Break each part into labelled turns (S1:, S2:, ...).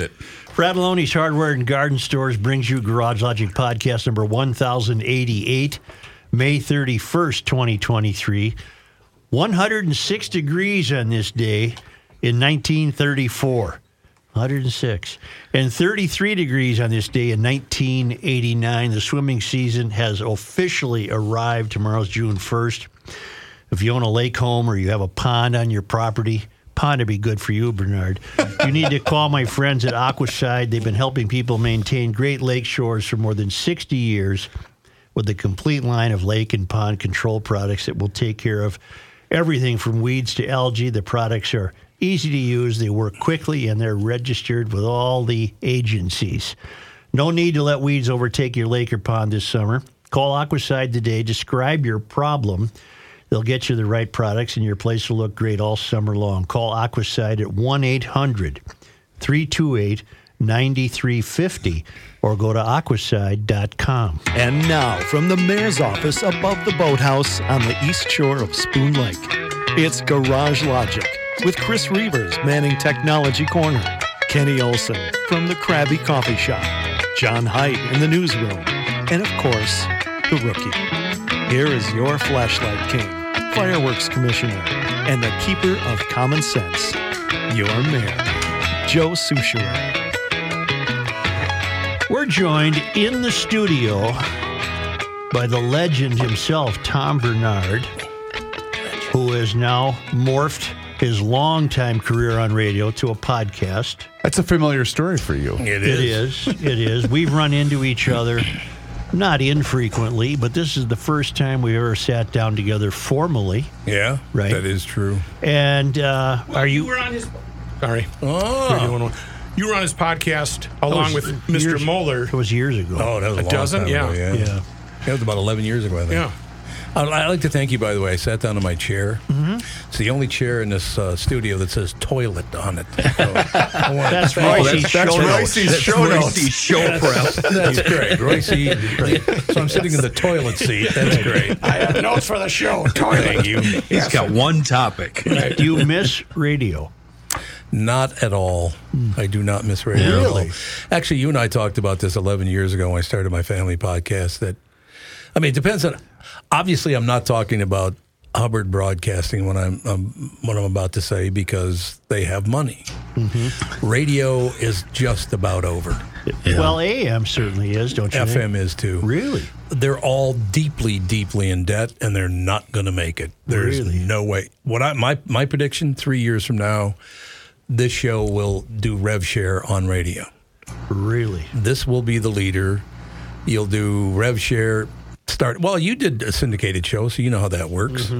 S1: it.
S2: Fratelloni's Hardware and Garden Stores brings you Garage Logic Podcast number 1088, May 31st, 2023. 106 degrees on this day in 1934. 106. And 33 degrees on this day in 1989. The swimming season has officially arrived. Tomorrow's June 1st. If you own a lake home or you have a pond on your property, pond would be good for you, Bernard. You need to call my friends at Aquaside. They've been helping people maintain great lake shores for more than 60 years with a complete line of lake and pond control products that will take care of everything from weeds to algae. The products are easy to use, they work quickly, and they're registered with all the agencies. No need to let weeds overtake your lake or pond this summer. Call Aquaside today. Describe your problem. They'll get you the right products, and your place will look great all summer long. Call Aquaside at 1 800 328 9350 or go to aquaside.com.
S3: And now, from the mayor's office above the boathouse on the east shore of Spoon Lake, it's Garage Logic with Chris Reavers manning Technology Corner, Kenny Olson from the Krabby Coffee Shop, John Height in the newsroom, and of course, the rookie. Here is your flashlight king, fireworks commissioner, and the keeper of common sense, your mayor, Joe Soucherer.
S2: We're joined in the studio by the legend himself, Tom Bernard, who has now morphed his longtime career on radio to a podcast.
S1: That's a familiar story for you.
S2: It is. It is. We've run into each other not infrequently, but this is the first time we ever sat down together formally.
S4: Yeah,
S2: Right.
S4: That is true.
S2: And uh, are
S5: You
S2: you?
S5: were on his.
S4: Sorry.
S5: Ah. you're doing one. You were on his podcast along
S2: was
S5: with
S2: years-
S5: Mr. Moeller.
S2: It was years ago.
S4: Oh, that was a,
S5: A
S4: long
S5: dozen?
S4: time
S5: Yeah.
S4: ago, yeah.
S2: Yeah.
S4: That was about 11 years ago, I think.
S5: Yeah.
S4: I'd, I'd like to thank you, by the way. I sat down in my chair. It's the only chair in this uh, studio that says toilet on it. So I wanna
S2: That's
S4: thank you.
S2: Royce's show notes.
S4: Royce's
S1: That's
S4: show
S1: Royce's
S4: notes.
S1: show
S4: That's, that's great. Royce. So I'm sitting in the toilet seat. That's great.
S5: I have notes for the show.
S4: Thank you.
S1: He's got one topic.
S2: Do you miss radio?
S4: Not at all. I do not miss radio. at all.
S2: Hmm. Really?
S4: Actually, you and I talked about this 11 years ago when I started my family podcast. That, I mean, it depends on. Obviously, I'm not talking about Hubbard Broadcasting when I'm um, what I'm about to say because they have money.
S2: Mm-hmm.
S4: Radio is just about over.
S2: Well, AM certainly is, don't you? think?
S4: FM is too.
S2: Really?
S4: They're all deeply, deeply in debt, and they're not going to make it. There's
S2: Really?
S4: no way. What I my my prediction: three years from now, this show will do rev share on radio.
S2: Really?
S4: This will be the leader. You'll do rev share. Start well. You did a syndicated show, so you know how that works.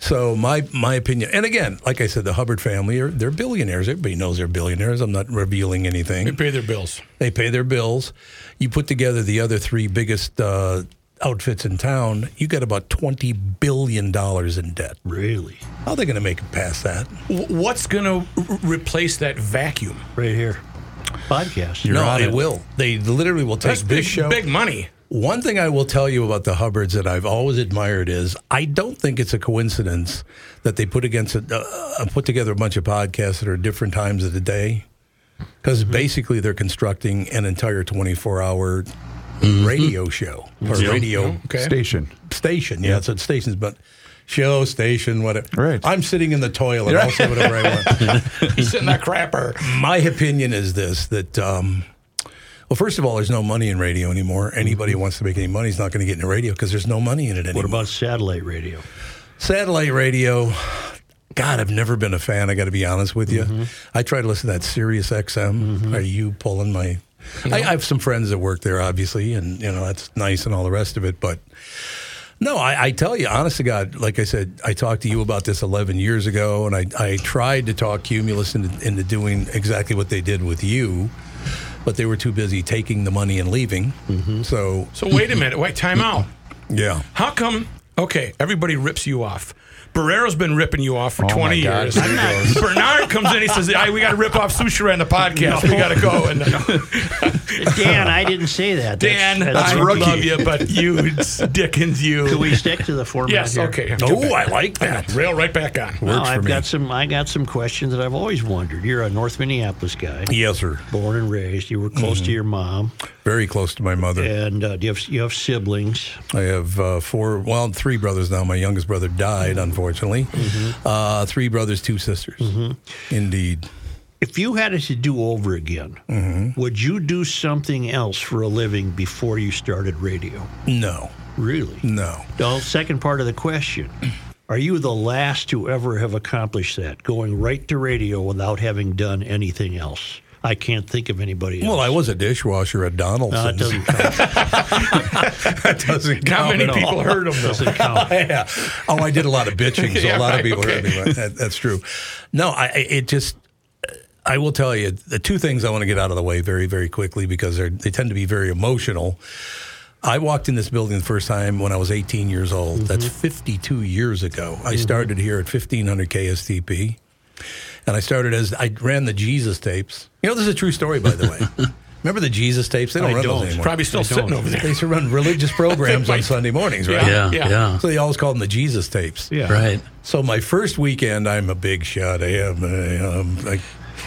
S4: So my my opinion, and again, like I said, the Hubbard family are they're billionaires. Everybody knows they're billionaires. I'm not revealing anything.
S5: They pay their bills.
S4: They pay their bills. You put together the other three biggest uh, outfits in town, you got about $20 billion in debt.
S2: Really?
S4: How are they going to make it past that?
S5: W- What's going to r- replace that vacuum?
S2: Right here. Podcast.
S4: no,
S1: on
S4: they
S1: it.
S4: will. They literally will take
S5: That's
S4: this
S5: big,
S4: show.
S5: big money.
S4: One thing I will tell you about the Hubbards that I've always admired is I don't think it's a coincidence that they put against a, uh, put together a bunch of podcasts that are different times of the day because basically they're constructing an entire 24 hour radio show or radio
S1: Station.
S4: station. Yeah, it's at stations, but show station, whatever.
S1: Right.
S4: I'm sitting in the toilet. I'll say whatever I want.
S5: He's in that crapper.
S4: My opinion is this: that um, well, first of all, there's no money in radio anymore. Anybody who wants to make any money is not going to get into radio because there's no money in it anymore.
S2: What about satellite radio?
S4: satellite radio? God, I've never been a fan. I got to be honest with you. I try to listen to that Sirius XM. Are Mm-hmm. you pulling my? I, I have some friends that work there, obviously, and you know that's nice and all the rest of it, but. No, I, I tell you, honest to God, like I said, I talked to you about this 11 years ago, and I, I tried to talk Cumulus into, into doing exactly what they did with you, but they were too busy taking the money and leaving. Mm-hmm. So,
S5: So wait a minute. Wait, time out.
S4: yeah.
S5: How come? Okay, everybody rips you off, Barrero's been ripping you off for
S1: my
S5: 20
S1: God,
S5: years.
S1: here he goes.
S5: Bernard comes in, he says, hey, we got to rip off Sushira on the podcast. We got to go. And
S2: Dan, I didn't say that.
S5: Dan, I love you, but you, it's Dickens, you.
S2: Can we stick to the format
S5: yes,
S2: here?
S5: okay.
S4: Oh, I like that.
S5: Rail right back on.
S2: No,
S4: Works for
S2: I've
S4: me.
S2: got some. I got some questions that I've always wondered. You're a North Minneapolis guy,
S4: Yes, sir.
S2: born and raised. You were close to your mom,
S4: Very close to my mother.
S2: and uh, do you have you have siblings.
S4: I have uh, four, well, three brothers now. My youngest brother died, unfortunately. Uh, three brothers, two sisters. Mm-hmm. Indeed.
S2: If you had it to do over again, would you do something else for a living before you started radio?
S4: No,
S2: Really?
S4: no.
S2: The second part of the question: Are you the last to ever have accomplished that, going right to radio without having done anything else? I can't think of anybody. Else.
S4: Well, I was a dishwasher at Donaldson's.
S2: No, it doesn't count.
S4: That doesn't
S5: Not
S4: count
S5: many
S4: at all.
S5: people heard him,
S2: doesn't
S5: though.
S2: count.
S4: yeah. Oh, I did a lot of bitching, so
S5: Yeah,
S4: a lot
S5: right,
S4: of people
S5: okay.
S4: heard me. but That, that's true. No, I I- it just. I will tell you the two things I want to get out of the way very, very quickly because they're, they tend to be very emotional. I walked in this building the first time when I was 18 years old. That's
S5: Mm-hmm.
S4: 52 years ago. I started here at 1500 KSTP, and I started as I ran the Jesus tapes. You know, this is a true story, by the way. Remember the Jesus tapes? They don't
S2: I
S4: run
S2: don't.
S4: those anymore.
S5: Probably still sitting over there.
S4: They used to run religious programs on Sunday mornings, right?
S6: Yeah,
S5: Yeah.
S6: yeah,
S4: So they always called them the Jesus tapes.
S2: Yeah.
S6: Right.
S4: So my first weekend, I'm a big shot. I am. I, am. I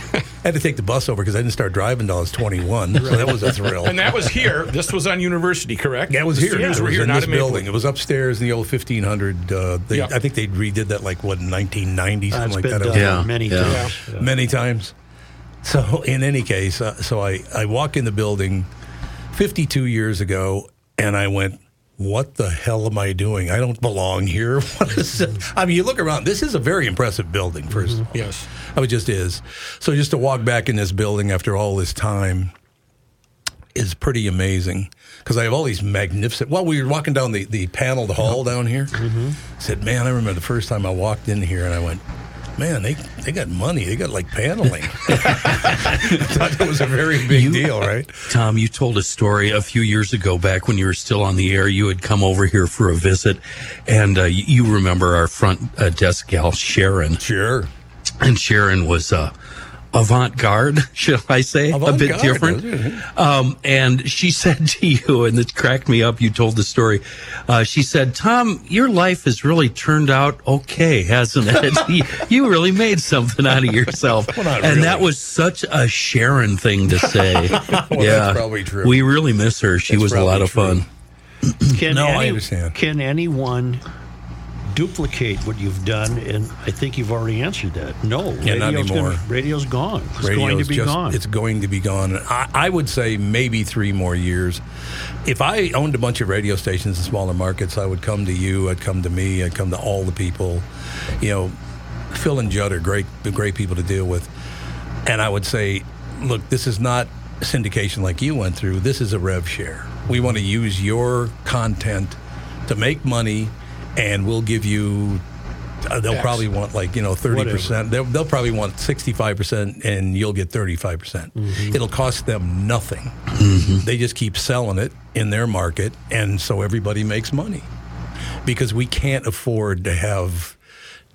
S4: had to take the bus over because I didn't start driving until I was 21. So that was a thrill.
S5: And that was here. This was on University, correct?
S4: that was
S5: The
S4: here.
S5: studios
S4: it
S5: were
S4: was
S5: here,
S4: in
S5: not
S4: this
S5: in Maple.
S4: building. It was upstairs in the old 1500. Uh, they,
S5: Yeah.
S4: I think they redid that like what in 1990 something
S2: That's
S4: like
S2: been
S4: that.
S2: done
S6: Yeah,
S2: many
S6: yeah.
S2: times.
S4: many times. So in any case, uh, so I, I walk in the building 52 years ago and I went, what the hell am I doing? I don't belong here. What is this? I mean, you look around. This is a very impressive building, 1st of all.
S5: Yes.
S4: Oh, it just is. So just to walk back in this building after all this time is pretty amazing because I have all these magnificent. Well, we were walking down the, the paneled hall down here. Said, man, I remember the first time I walked in here and I went, man, they, they got money. They got like paneling. I thought that was a very big deal, right?
S6: Tom, you told a story a few years ago back when you were still on the air. You had come over here for a visit, and uh, you- you remember our front uh, desk gal, Sharon.
S4: Sure.
S6: and Sharon was uh, avant-garde, shall I say, a bit
S4: Avant-garde,
S6: different. Um, and she said to you, and it cracked me up. You told the story. Uh, she said, "Tom, your life has really turned out okay, hasn't it? You- you really made something out of yourself."
S4: not
S6: and that
S4: really.
S6: was such a Sharon thing to say.
S4: that's
S6: yeah,
S4: probably true.
S6: We really miss her. She
S4: That's
S6: was a lot
S4: probably
S6: of
S4: true.
S6: fun.
S2: Can
S4: No, I
S2: any-
S4: understand.
S2: Can anyone duplicate what you've done? And I think you've already answered that. No,
S4: Yeah, not
S2: radio's
S4: anymore.
S2: Gonna, radio's gone. It's
S4: Radio
S2: going to
S4: is
S2: be
S4: just-
S2: gone.
S4: It's going to be gone. I, I would say maybe three more years. If I owned a bunch of radio stations in smaller markets, I would come to you. I'd come to me. I'd come to all the people. You know, Phil and Judd are great, great people to deal with. And I would say, look, this is not syndication like you went through. This is a rev share. We want to use your content to make money, and we'll give you. uh, They'll probably want like you know thirty percent. They'll, they'll probably want sixty five percent, and you'll get thirty five percent. It'll cost them nothing. They just keep selling it in their market, and so everybody makes money because we can't afford to have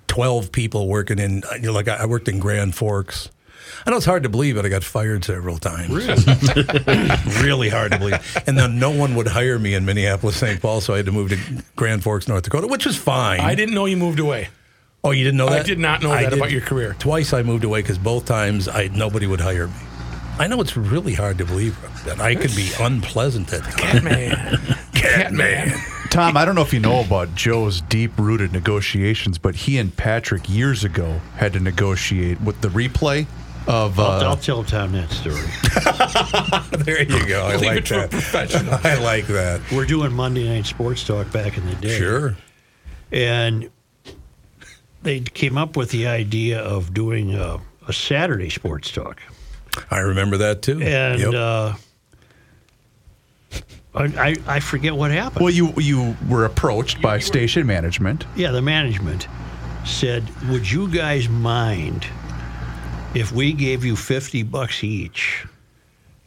S4: 12 people working in, uh, you know, like I I worked in Grand Forks. I know it's hard to believe, but I got fired several times. Really? hard to believe. And then no one would hire me in Minneapolis, St. Paul, so I had to move to Grand Forks, North Dakota, which was fine.
S5: I didn't know you moved away.
S4: oh, you didn't know
S5: I
S4: that?
S5: did not know that about your career.
S4: Twice I moved away because both times I nobody would hire me. I know it's really hard to believe that I could be unpleasant at times.
S5: Man. Catman.
S1: Tom, I don't know if you know about Joe's deep rooted negotiations, but he and Patrick years ago had to negotiate with the replay of.
S2: I'll, I'll
S1: Uh,
S2: tell Tom that story.
S4: There you go. I
S5: Leave
S4: like
S5: it to a
S4: that.
S5: professional.
S4: I like that.
S2: We're doing Monday Night Sports Talk back in the day.
S4: Sure.
S2: And they came up with the idea of doing a, a Saturday Sports Talk.
S4: I remember that too.
S2: And
S4: Yep.
S2: uh, I, I, I forget what happened.
S1: well, you you were approached by station management.
S2: Yeah, the management said, "Would you guys mind if we gave you 50 bucks each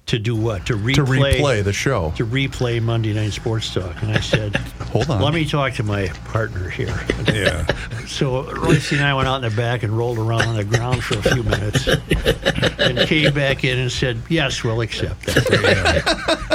S2: to do what? To replay
S1: to replay the show.
S2: to replay Monday Night Sports Talk. And I said,
S1: Hold on.
S2: Let me talk to my partner here.
S4: Yeah.
S2: So Royce and I went out in the back and rolled around on the ground for a few minutes and came back in and said, Yes, we'll accept that.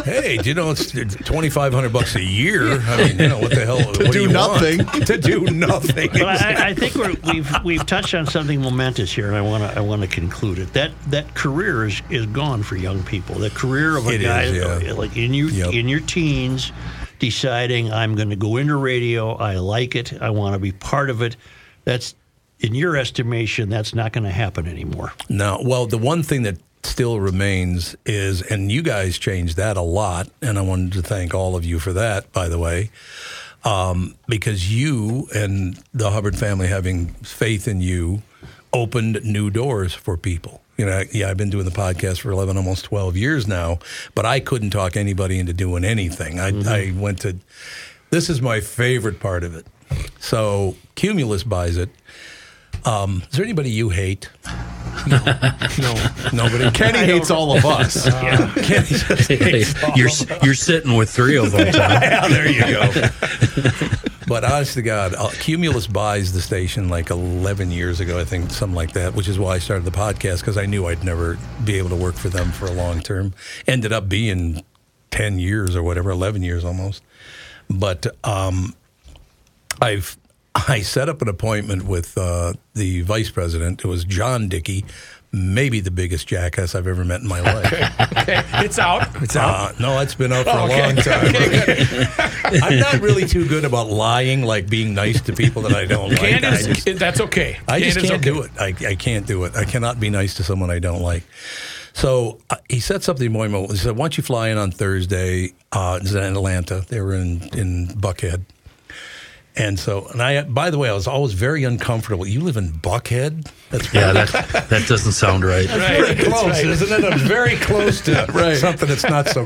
S4: hey, do you know it's twenty five hundred bucks a year? I mean, you know what the hell? to
S1: do nothing.
S4: to do nothing.
S2: But I, I think we're, we've we've touched on something momentous here, and I want to I want to conclude it. That that career is, is gone for young people. The career of a
S4: It is,
S2: guy
S4: yeah.
S2: like in your
S4: Yep.
S2: in your teens, deciding I'm going to go into radio. I like it. I want to be part of it. That's in your estimation, that's not going to happen anymore.
S4: No. Well, the one thing that still remains is, and you guys changed that a lot, and I wanted to thank all of you for that, by the way, um, because you and the Hubbard family having faith in you opened new doors for people. You know, yeah, I've been doing the podcast for 11, almost 12 years now, but I couldn't talk anybody into doing anything. I, I went to, this is my favorite part of it. So Cumulus buys it. Um, is there anybody you hate? No, nobody.
S1: Kenny hates all of us.
S6: you're you're sitting with three of them. Tom.
S4: yeah, there you go. but honest to God, uh, Cumulus buys the station like 11 years ago, I think, something like that, which is why I started the podcast because I knew I'd never be able to work for them for a long term. Ended up being 10 years or whatever, 11 years almost. But um, I've I set up an appointment with uh, the vice president. It was John Dickey, maybe the biggest jackass I've ever met in my life.
S5: It's out. It's out.
S4: Uh, no, it's been out for
S5: Oh, okay.
S4: a long time. I'm not really too good about lying, like being nice to people that I don't like. I
S5: Candace,
S4: just,
S5: that's okay.
S4: I just
S5: Candace,
S4: can't
S5: okay.
S4: do it. I, I can't do it. I cannot be nice to someone I don't like. So uh, he sets up the appointment. He said, "Why don't you fly in on Thursday?" Uh, it's in Atlanta. They were in in Buckhead. And so, and I, by the way, I was always very uncomfortable. You live in Buckhead? That's
S6: Yeah, that that doesn't sound right.
S5: Right.
S4: close, isn't it? I'm very close to something that's not so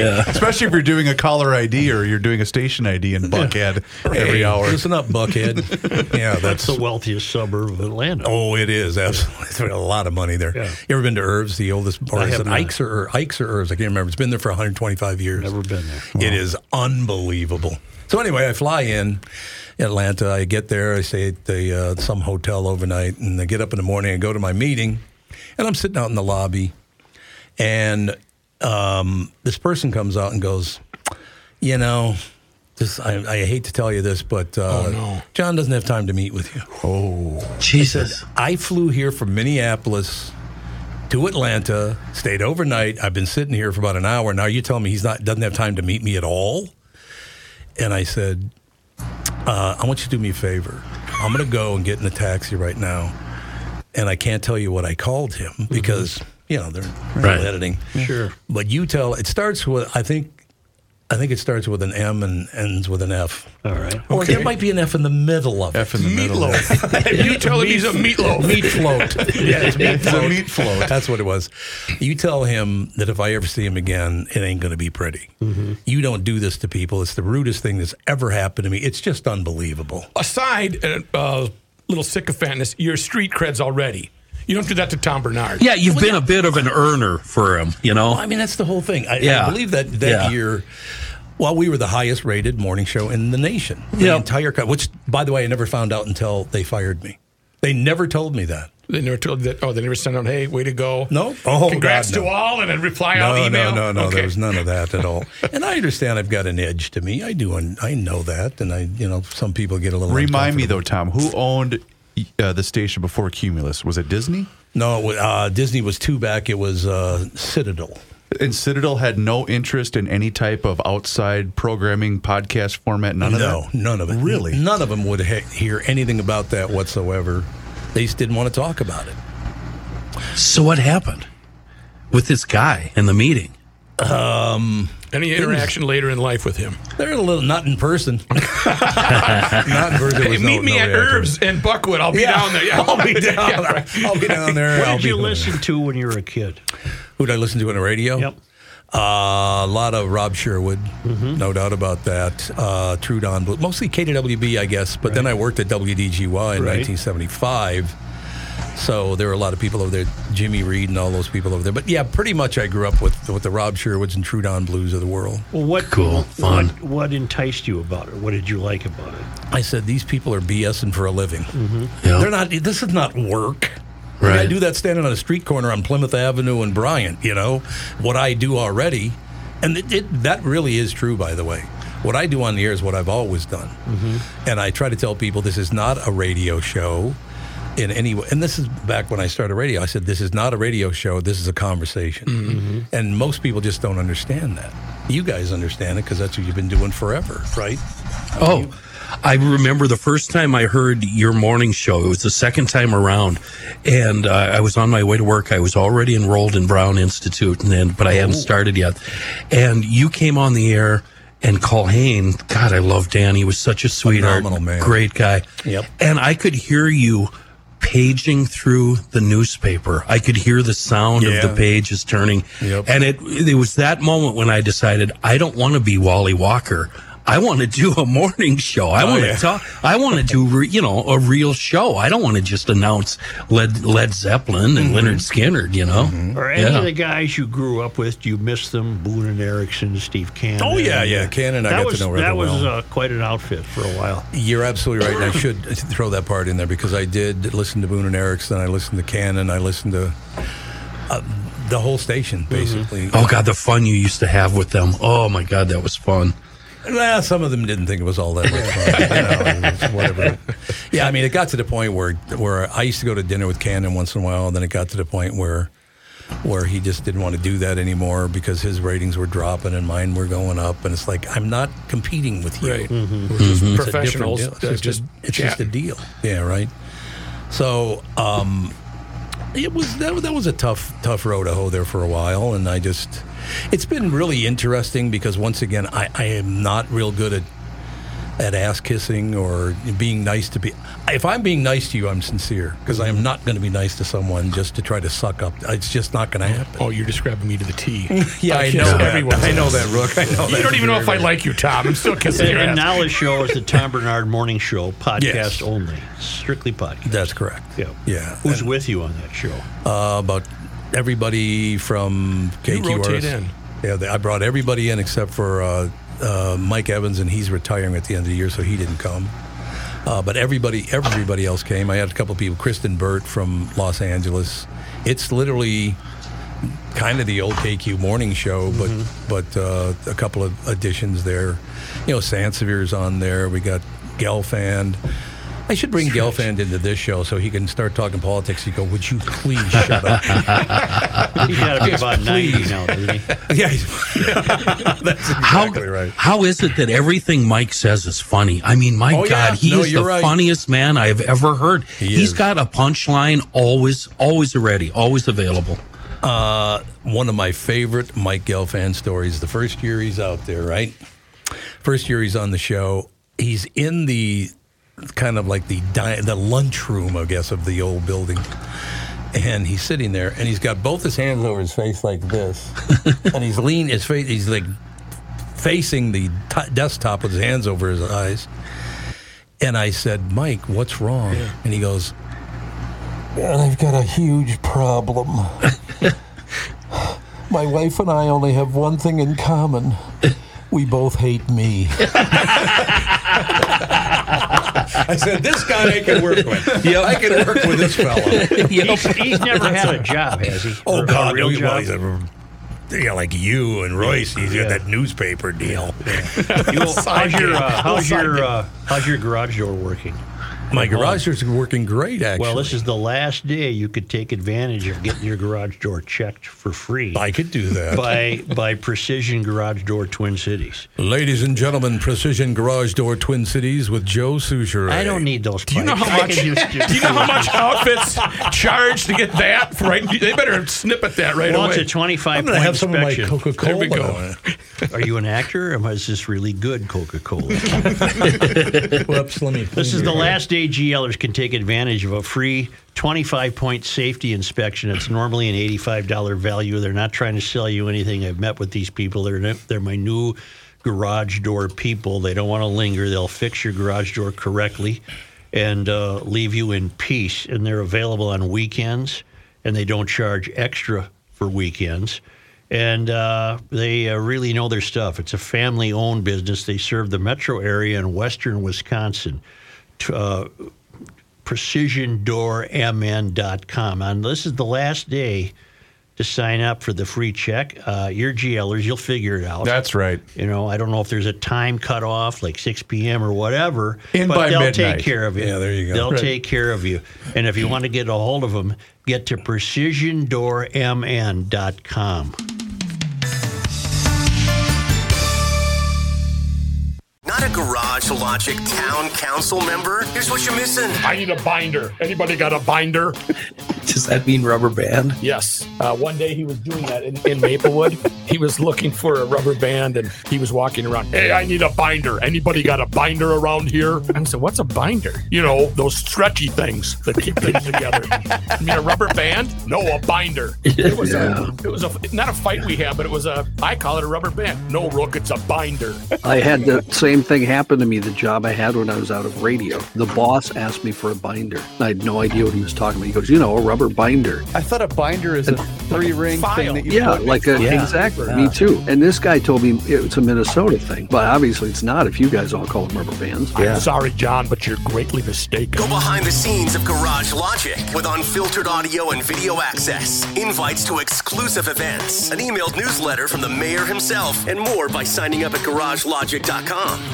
S1: Especially if you're doing a caller ID or you're doing a station ID in Buckhead every
S4: Hey,
S1: hour.
S4: Listen up, Buckhead. yeah, that's.
S2: It's the wealthiest suburb of Atlanta.
S4: Oh, it is absolutely. There's been a lot of money there.
S2: Yeah.
S4: You ever been to Irv's, the oldest bar?
S2: I
S4: is
S2: have
S4: it
S2: not.
S4: Ike's or Ir- Ike's or Irv's? I can't remember. It's been there for 125 years.
S2: Never been there.
S4: It is unbelievable. So anyway, I fly in Atlanta. I get there. I stay at the uh, some hotel overnight, and I get up in the morning. I go to my meeting, and I'm sitting out in the lobby, and um, this person comes out and goes, "You know, this, I, I hate to tell you this, but uh, John doesn't have time to meet with you."
S6: Jesus.
S4: I flew here from Minneapolis to Atlanta, stayed overnight. I've been sitting here for about an hour. Now you tell me he's not doesn't have time to meet me at all. And I said, uh, I want you to do me a favor. I'm going to go and get in a taxi right now. And I can't tell you what I called him because you know they're
S6: Right.
S4: editing. Sure. But you tell it starts with I think I think it starts with an M and ends with an F.
S2: All right.
S4: Or there might be an F in the middle of
S1: F
S4: it.
S1: in the middle.
S5: You tell him he's a meatloaf.
S4: Meat float. yeah, it's meat
S1: It's a meat float.
S4: That's what it was. You tell him that if I ever see him again, it ain't going to be pretty. You don't do this to people. It's the rudest thing that's ever happened to me. It's just unbelievable.
S5: Aside, a uh, uh, little sycophantness, your street cred's already. You don't do that to Tom Bernard.
S6: Yeah, you've been a bit of an earner for him, you know.
S4: Well, I mean, that's the whole thing. I,
S6: Yeah.
S4: I believe that that
S6: Yeah.
S4: year, well, we were the highest rated morning show in the nation. The
S6: Yep.
S4: entire cut, which, by the way, I never found out until they fired me. They never told me that.
S5: They never told that. Oh, they never sent out, hey, way to go.
S4: No. Oh,
S5: Congrats
S4: God, no.
S5: to all and then reply all
S4: no,
S5: email.
S4: No, no, no,
S5: Okay.
S4: There was none of that at all. and I understand I've got an edge to me. I do. and I know that. And I, you know, some people get a little.
S1: Remind me
S4: uncomfortable.
S1: though, Tom, who owned uh, the station before Cumulus? Was it Disney?
S4: No, it wa- uh, Disney was two back. It was uh, Citadel.
S1: And Citadel had no interest in any type of outside programming, podcast format, none of
S4: no,
S1: that.
S4: none of it.
S1: Really?
S4: None of them would he- hear anything about that whatsoever. They just didn't want to talk about it.
S6: So what happened with this guy in the meeting?
S5: Any interaction later in life with him.
S4: They're a little not in person. not in person. there
S5: Hey,
S4: was
S5: meet
S4: no-
S5: me
S4: no
S5: at
S4: reaction.
S5: Herbs and Buckwood. I'll be
S4: Yeah.
S5: down there. Yeah.
S4: I'll be down.
S5: Yeah, right.
S4: I'll be down there.
S2: What
S4: I'll
S2: did
S4: be
S2: you
S4: down there.
S2: listen to when you were a kid?
S4: Who'd I listen to on the radio?
S2: Yep.
S4: Uh, a lot of Rob Sherwood, no doubt about that. Uh, Trudon Blue, mostly KWB, I guess. But then I worked at WDGY in
S2: Right.
S4: 1975, So there were a lot of people over there, Jimmy Reed and all those people over there. But yeah, pretty much I grew up with with the Rob Sherwoods and Trudon Blues of the world.
S2: Well, what
S6: Cool, fun.
S2: What, what enticed you about it? What did you like about it?
S4: I said these people are BSing for a living.
S6: Mm-hmm. Yeah.
S4: They're not. This is not work.
S6: Right.
S4: I do that standing on a street corner on Plymouth Avenue in Bryant. You know what I do already, and it, it, that really is true. By the way, what I do on the air is what I've always done,
S6: Mm-hmm.
S4: and I try to tell people this is not a radio show in any way. And this is back when I started radio. I said this is not a radio show. This is a conversation,
S6: Mm-hmm.
S4: and most people just don't understand that. You guys understand it because that's what you've been doing forever, right?
S6: Oh, I remember the first time I heard your morning show. It was the second time around, and uh, I was on my way to work. I was already enrolled in Brown Institute, and then, but I
S4: Oh.
S6: hadn't started yet. And you came on the air. And Colhane, God, I love Dan. He was such a sweetheart,
S4: Phenomenal man.
S6: great guy.
S4: Yep.
S6: And I could hear you paging through the newspaper. I could hear the sound of
S4: Yeah.
S6: the page is turning.
S4: Yep.
S6: And it it was that moment when I decided I don't want to be Wally Walker. I want to do a morning show. I want to
S4: Oh, yeah.
S6: talk. I want to do re, you know a real show. I don't want to just announce Led Led Zeppelin
S4: Mm-hmm.
S6: and Leonard Skinner. You know,
S2: Or any
S6: Yeah.
S2: of the guys you grew up with? Do you miss them? Boone and Erickson, Steve Cannon.
S4: Oh, yeah, yeah, Cannon I
S2: that
S4: got to
S2: was,
S4: know rather
S2: That was
S4: well.
S2: uh, quite an outfit for a while.
S4: You're absolutely right, and I should throw that part in there because I did listen to Boone and Erickson, I listened to Cannon, I listened to uh, the whole station basically.
S6: oh god, the fun you used to have with them. Oh my god, that was fun.
S4: Nah, some of them didn't think it was all that much fun. you know, it was whatever. Yeah, I mean, it got to the point where where I used to go to dinner with Cannon once in a while, and then it got to the point where where he just didn't want to do that anymore because his ratings were dropping and mine were going up, and it's like I'm not competing with you.
S5: Right. We're just
S4: Mm-hmm. It's a different
S5: professionals.
S4: deal. It's
S5: that
S4: just,
S5: just,
S4: a, it's just a
S5: chat.
S4: deal. Yeah, right. So um, it was that, was- that was a tough tough road to hoe there for a while, and I just it's been really interesting because once again I, I am not real good at at ass kissing or being nice to be. If I'm being nice to you, I'm sincere because I am not going to be nice to someone just to try to suck up. It's just not going to happen.
S5: Oh, you're describing me to the T.
S4: Yeah, I
S5: kiss
S4: know that.
S5: everyone.
S4: I know that, Rook. I know
S5: You
S4: that.
S5: don't even know if I like you, Tom. I'm still kissing
S2: And,
S5: your
S2: and
S5: ass.
S2: now the show is the Tom Bernard Morning Show, podcast
S4: Yes.
S2: only, strictly podcast.
S4: That's correct.
S2: Yeah.
S4: Yeah.
S2: Who's with you on that show?
S4: uh, about everybody from
S5: You
S4: KQRS.
S5: rotate in.
S4: Yeah, they, I brought everybody in except for uh, uh, Mike Evans, and he's retiring at the end of the year, so he didn't come. Uh, but everybody, everybody else came. I had a couple people, Kristen Burt from Los Angeles. It's literally kind of the old KQ morning show, but
S5: Mm-hmm.
S4: but uh, a couple of additions there. You know, Sansevier's on there. We got Gelfand. I should bring Gelfand into this show so he can start talking politics. He go, would you please shut up?
S2: He's got to be about 90 now, doesn't he?
S4: yeah, he's- that's exactly
S6: how,
S4: right.
S6: How is it that everything Mike says is funny? I mean, my
S4: Oh,
S6: God,
S4: yeah.
S6: he
S4: No,
S6: is the
S4: you're right.
S6: funniest man I've ever heard.
S4: He
S6: has
S4: is.
S6: got a punchline always, always ready, always available.
S4: Uh, one of my favorite Mike Gelfand stories. The first year he's out there, right? First year he's on the show. He's in the kind of like the di- the lunchroom, I guess, of the old building. And he's sitting there, and he's got both his hands over his face like this, and he's lean his face. He's like facing the t- desktop with his hands over his eyes. And I said, Mike, what's wrong? And he goes, "Well, I've got a huge problem. My wife and I only have one thing in common. We both hate me. I said, this guy I can work with. I can work with this fellow.
S2: He's, he's never had a job, has he? Or
S4: Oh,
S2: a
S4: God.
S2: real
S4: no, well,
S2: job?
S4: he's a, yeah, like you and Royce, he's got that newspaper deal.
S2: You- how's your uh, how's your uh, how's your garage door working?
S4: My garage door's working great, actually.
S2: Well, this is the last day you could take advantage of getting your garage door checked for free
S4: I could do that.
S2: by by Precision Garage Door Twin Cities.
S4: Ladies and gentlemen, Precision Garage Door Twin Cities with Joe Souchere.
S2: I don't need those.
S5: Do you know
S2: pipes.
S5: how
S2: I
S5: much?
S2: can just-
S5: do you know how much outfits charge to get that? Right? They better snip at that right
S2: Well,
S5: away.
S2: it's a 25
S4: I'm going to
S2: point
S4: have some of my
S2: inspection.
S4: Coca
S5: There we go.
S4: Cola.
S2: Are you an actor or is this really good Coca Cola?
S4: Whoops, let me.
S2: This is the last day GLers can take advantage of a free 25 point safety inspection. It's normally an $85 value. They're not trying to sell you anything. I've met with these people. They're, they're my new garage door people. They don't want to linger. They'll fix your garage door correctly. and uh, leave you in peace. And they're available on weekends, and they don't charge extra for weekends. And uh, they uh, really know their stuff. It's a family owned business. They serve the metro area in western Wisconsin. T- Uh, precisiondoormn.com. And this is the last day to sign up for the free check. Uh, your GLers, you'll figure it out.
S1: That's right.
S2: You know, I don't know if there's a time cutoff, like 6 p.m. or whatever.
S1: In
S2: but
S1: by
S2: they'll
S1: midnight.
S2: take care of you.
S4: Yeah, there you go.
S2: They'll
S1: Right.
S2: take care of you. And if you want to get a hold of them, get to precisiondoormn.com.
S7: 941. Not a Garage Logic Town Council member? Here's what you're missing.
S5: I need a binder. Anybody got a binder?
S6: Does that mean rubber band?
S5: Yes. Uh, one day he was doing that in, in Maplewood. he was looking for a rubber band and he was walking around. Hey, I need a binder. Anybody got a binder around here? I said, What's a binder? You know, those stretchy things that keep things together. I mean, a rubber band? No, a binder. It was a, it was a, not a fight we had, but it was a, I call it a rubber band. No, Rook, it's a binder.
S8: I had the same thing happen to me, the job I had when I was out of radio. The boss asked me for a binder. I had no idea what he was talking about. He goes, You know, a rubber binder.
S9: I thought a binder is a three ring thing that you
S8: Yeah,
S9: put-
S8: like a, exactly. Me too. And this guy told me it's a Minnesota thing, but obviously it's not if you guys all call it rubber bands.
S5: I'm sorry, John, but you're greatly mistaken.
S7: Go behind the scenes of Garage Logic with unfiltered audio and video access, invites to exclusive events, an emailed newsletter from the mayor himself, and more by signing up at garagelogic.com.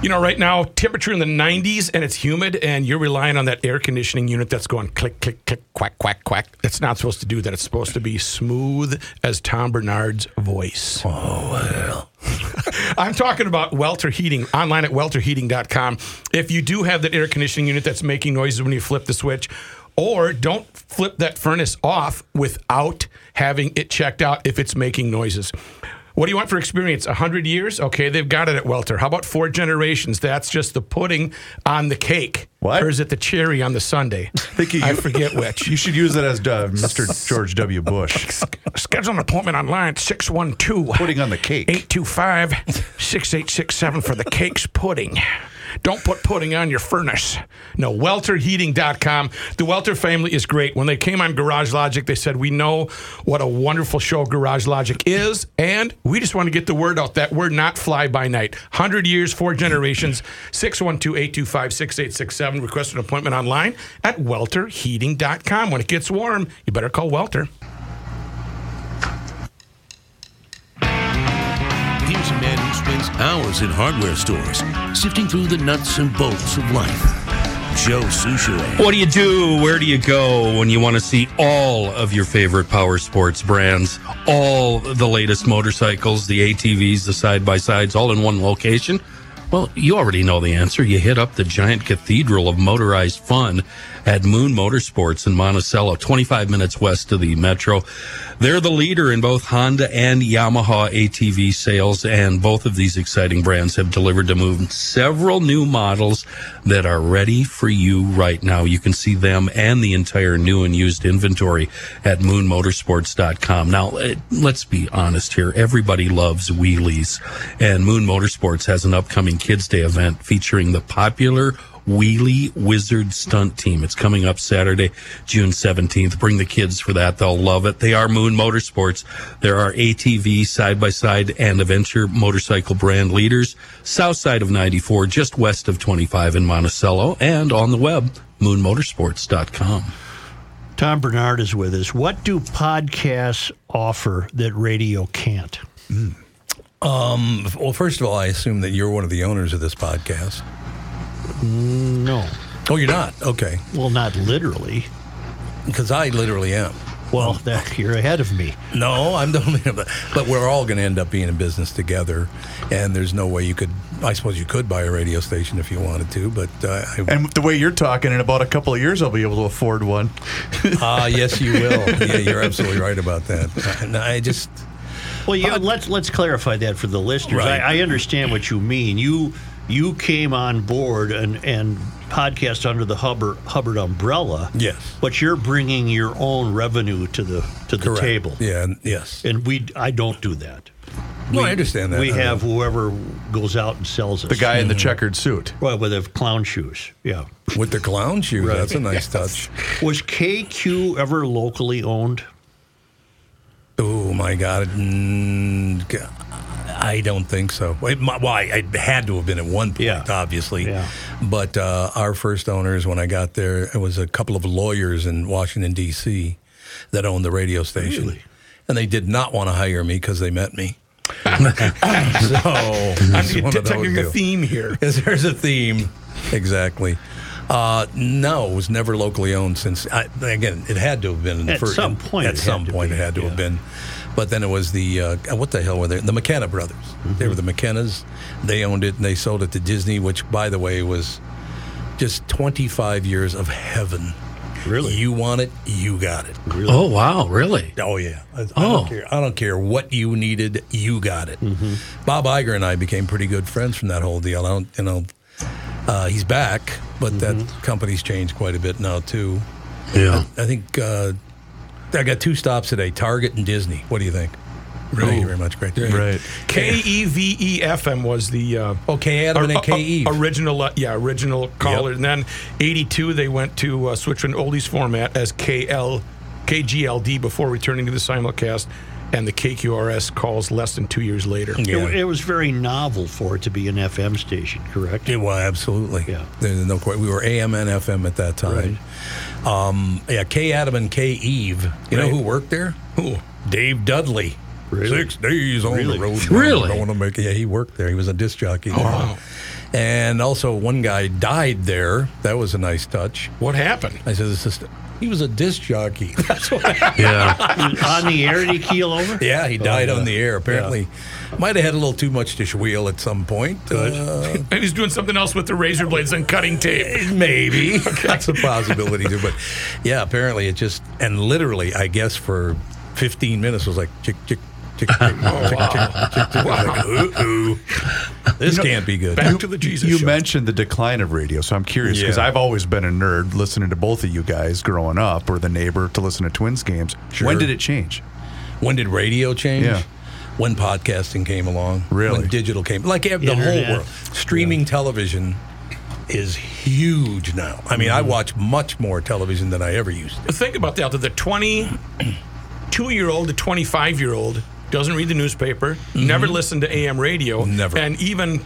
S5: You know, right now, temperature in the 90s and it's humid, and you're relying on that air conditioning unit that's going click, click, click, quack, quack, quack. It's not supposed to do that. It's supposed to be smooth as Tom Bernard's voice. Oh, well. I'm talking about Welter Heating, online at welterheating.com. If you do have that air conditioning unit that's making noises when you flip the switch, or don't flip that furnace off without having it checked out if it's making noises. What do you want for experience? 100 years? Okay, they've got it at Welter. How about four generations? That's just the pudding on the cake.
S1: What?
S5: Or is it the cherry on the Sunday?
S1: Think you-
S5: I forget which.
S1: You should use that as uh, Mr. George W. Bush.
S5: Schedule an appointment online at 612
S1: Putting on the cake.
S5: 825 6867 for the cakes pudding. Don't put pudding on your furnace. No, welterheating.com. The Welter family is great. When they came on Garage Logic, they said, We know what a wonderful show Garage Logic is, and we just want to get the word out that we're not fly by night. 100 years, four generations, 612 825 6867. Request an appointment online at welterheating.com. When it gets warm, you better call Welter.
S10: Here's a man who spends hours in hardware stores sifting through the nuts and bolts of life. Joe Souchere.
S6: What do you do? Where do you go when you want to see all of your favorite power sports brands, all the latest motorcycles, the ATVs, the side by sides, all in one location? Well, you already know the answer. You hit up the giant cathedral of motorized fun at Moon Motorsports in Monticello, 25 minutes west of the metro. They're the leader in both Honda and Yamaha ATV sales, and both of these exciting brands have delivered to Moon several new models that are ready for you right now. You can see them and the entire new and used inventory at moonmotorsports.com. Now, eh, let's be honest here. Everybody loves wheelies, and Moon Motorsports has an upcoming Kids Day event featuring the popular Wheelie Wizard Stunt Team. It's coming up Saturday, June 17th. Bring the kids for that. They'll love it. They are Moon Motorsports. There are ATV, side by side, and adventure motorcycle brand leaders south side of 94, just west of 25 in Monticello, and on the web, moonmotorsports.com.
S2: Tom Bernard is with us. What do podcasts offer that radio can't?
S4: Well, first of all, I assume that you're one of the owners of this podcast.
S2: No.
S4: Oh, you're not? Okay.
S2: Well, not literally.
S4: Because I literally am.
S2: Well, that, you're ahead of me.
S4: No, I'm the only. But we're all going to end up being in business together, and there's no way you could. I suppose you could buy a radio station if you wanted to, but uh, I,
S1: And the way you're talking, in about a couple of years, I'll be able to afford one.
S4: ah, yes, you will. Yeah, you're absolutely right about that. And I just
S2: Well, you, let's let's clarify that for the listeners.
S4: Right.
S2: I, I understand what you mean. You you came on board and and podcast under the Hubbard Hubbard umbrella.
S4: Yes.
S2: but you're bringing your own revenue to the to the
S4: correct.
S2: table.
S4: Yeah. and- Yes.
S2: and we I don't do that.
S4: No, I understand that. Uh,
S2: We
S4: I know.
S2: have whoever goes out and sells us.
S1: The guy in the checkered suit.
S2: Well, with the clown shoes. Yeah.
S4: with the clown shoes. That's a nice touch.
S2: Was KQ ever locally owned?
S4: Oh my God! Mm, g- I don't think so. It, mi- well, I, I had to have been at one point,
S2: Yeah.
S4: obviously.
S2: Yeah.
S4: But uh, our first owners, when I got there, it was a couple of lawyers in Washington D.C. that owned the radio station, and they did not want to hire me because they met me. so
S5: I'm
S4: it's one of those
S5: detecting a
S4: deals.
S5: theme here.
S4: Yes, there's a theme. Exactly. Uh, no, it was never locally owned since. I, again, it had to have been in the
S2: At
S4: first,
S2: some point
S4: At
S2: it had
S4: some
S2: to
S4: point,
S2: be,
S4: it had to have been. But then it was the uh, what the hell were they? The McKenna brothers.
S2: Mm-hmm.
S4: They were the McKennas. They owned it and they sold it to Disney, which, by the way, was just 25 years of heaven. Really? You want it, you got it.
S6: Oh wow, really?
S4: Oh yeah. I, I
S6: Oh.
S4: don't care. I don't care what you needed. You got it. Bob Iger and I became pretty good friends from that whole deal. I don't, you know, uh, he's back, but uh, that company's changed quite a bit now too.
S6: Yeah.
S4: I think uh, I got two stops today: Target and Disney. What do you think? Thank you very much. Great.
S1: Right.
S5: K E V E F M was the uh,
S6: Oh,
S4: Okay, Adam and
S5: or-
S4: then E.
S5: o- o-
S6: E.
S4: KE.
S5: original, uh, yeah, original caller. And then '82, they went to uh, switch an oldies format as KL, KGLD before returning to the simulcast, and the KQRS calls less than two years later.
S4: Yeah.
S2: It, it was very novel for it to be an FM station, correct?
S4: Yeah, well, absolutely.
S2: Yeah.
S4: There's no question. We were AM and FM at that time. Um, yeah, K Adam and K Eve. You know who worked there? Who? Dave Dudley. Six days on the road.
S6: Really?
S4: Don't want to make. Yeah, he worked there. He was a disc jockey. there. And also, one guy died there. That was a nice touch.
S5: What happened?
S4: I said, "Assistant, he was a disc jockey."
S6: Yeah.
S2: On the air, did he keel over?
S4: yeah, he died on the air. Apparently, might have had a little too much to schweel at some point. Uh,
S5: And he's doing something else with the razor blades and cutting tape.
S4: Maybe that's a possibility too. But yeah, apparently it just and literally, I guess for 15 minutes was like chick chick chick chick
S1: Oh,
S4: chick chick chick. chick. I was like, Ooh, ooh. this can't be good.
S5: Back to the Jesus.
S1: You
S5: show.
S1: mentioned the decline of radio, so I'm curious because
S4: Yeah.
S1: I've always been a nerd listening to both of you guys growing up or the neighbor to listen to Twins games. When
S4: Sure.
S1: did it change?
S4: When did radio change?
S1: Yeah.
S4: When podcasting came along,
S1: Really?
S4: when digital came, like ev- the
S2: Internet.
S4: whole world, streaming television is huge now. I mean, I
S1: Mm-hmm.
S4: watch much more television than I ever used to.
S5: think about that. That the 22 year old, the 25 year old doesn't read the newspaper, never listen to AM radio,
S4: Mm-hmm. Never.
S5: and even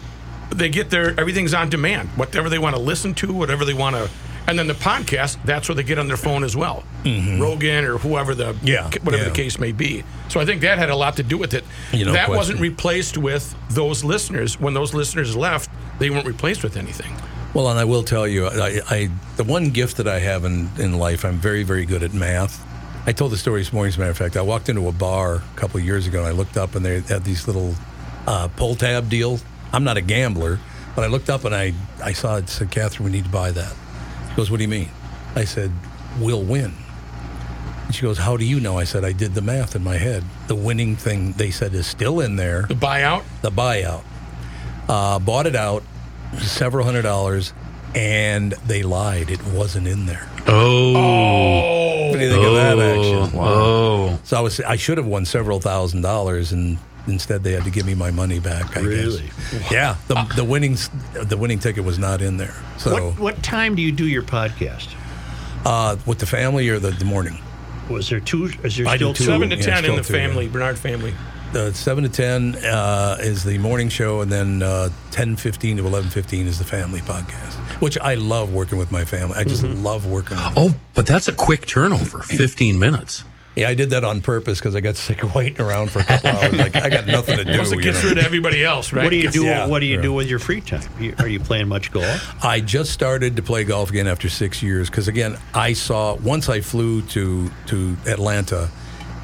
S5: they get their everything's on demand. Whatever they want to listen to, whatever they want to. And then the podcast, that's what they get on their phone as well. Rogan or whoever the
S4: Mm-hmm. Yeah,
S5: whatever
S4: yeah.
S5: the case may be. So I think that had a lot to do with it.
S4: You know,
S5: that
S4: question.
S5: wasn't replaced with those listeners. When those listeners left, they weren't replaced with anything.
S4: Well, and I will tell you, I, I the one gift that I have in, in life, I'm very, very good at math. I told the story this morning, as a matter of fact. I walked into a bar a couple of years ago and I looked up and they had these little uh, pull tab deals. I'm not a gambler, but I looked up and I, I saw it said, Catherine, we need to buy that. She goes, What do you mean? I said, We'll win. And she goes, How do you know? I said, I did the math in my head. The winning thing they said is still in there
S5: The buyout,
S4: the buyout. Uh, bought it out, several hundred dollars, and they lied. It wasn't in there.
S6: Oh.
S4: What do you think of that action?
S6: Oh.
S4: So I was I should have won several thousand dollars, and instead they had to give me my money back. I
S2: Really?
S4: Guess. Yeah. The the winning s- the winning ticket was not in there. So
S2: What, what time do you do your podcast?
S4: uh, with the family or the, the morning,
S2: Was there two? Is there
S4: I
S2: still
S4: do two.
S5: seven to
S4: Yeah,
S5: ten in
S4: still
S5: the
S4: two,
S5: family,
S4: yeah.
S5: Bernard family.
S4: the seven to ten uh, is the morning show, and then uh, ten fifteen to eleven fifteen is the family podcast, which I love working with my family. I just love working. with them.
S6: Oh, but that's a quick turnover. 15 minutes.
S4: Yeah, I did that on purpose because I got sick of waiting around for a couple hours. Like I got nothing to do.
S5: Plus, it
S4: you
S5: gets
S4: know.
S5: rid of everybody else, right?
S2: What do you do?
S4: Yeah.
S2: what do you do with your free time? You- Are you playing much golf?
S4: I just started to play golf again after six years because again, I saw once I flew to to Atlanta,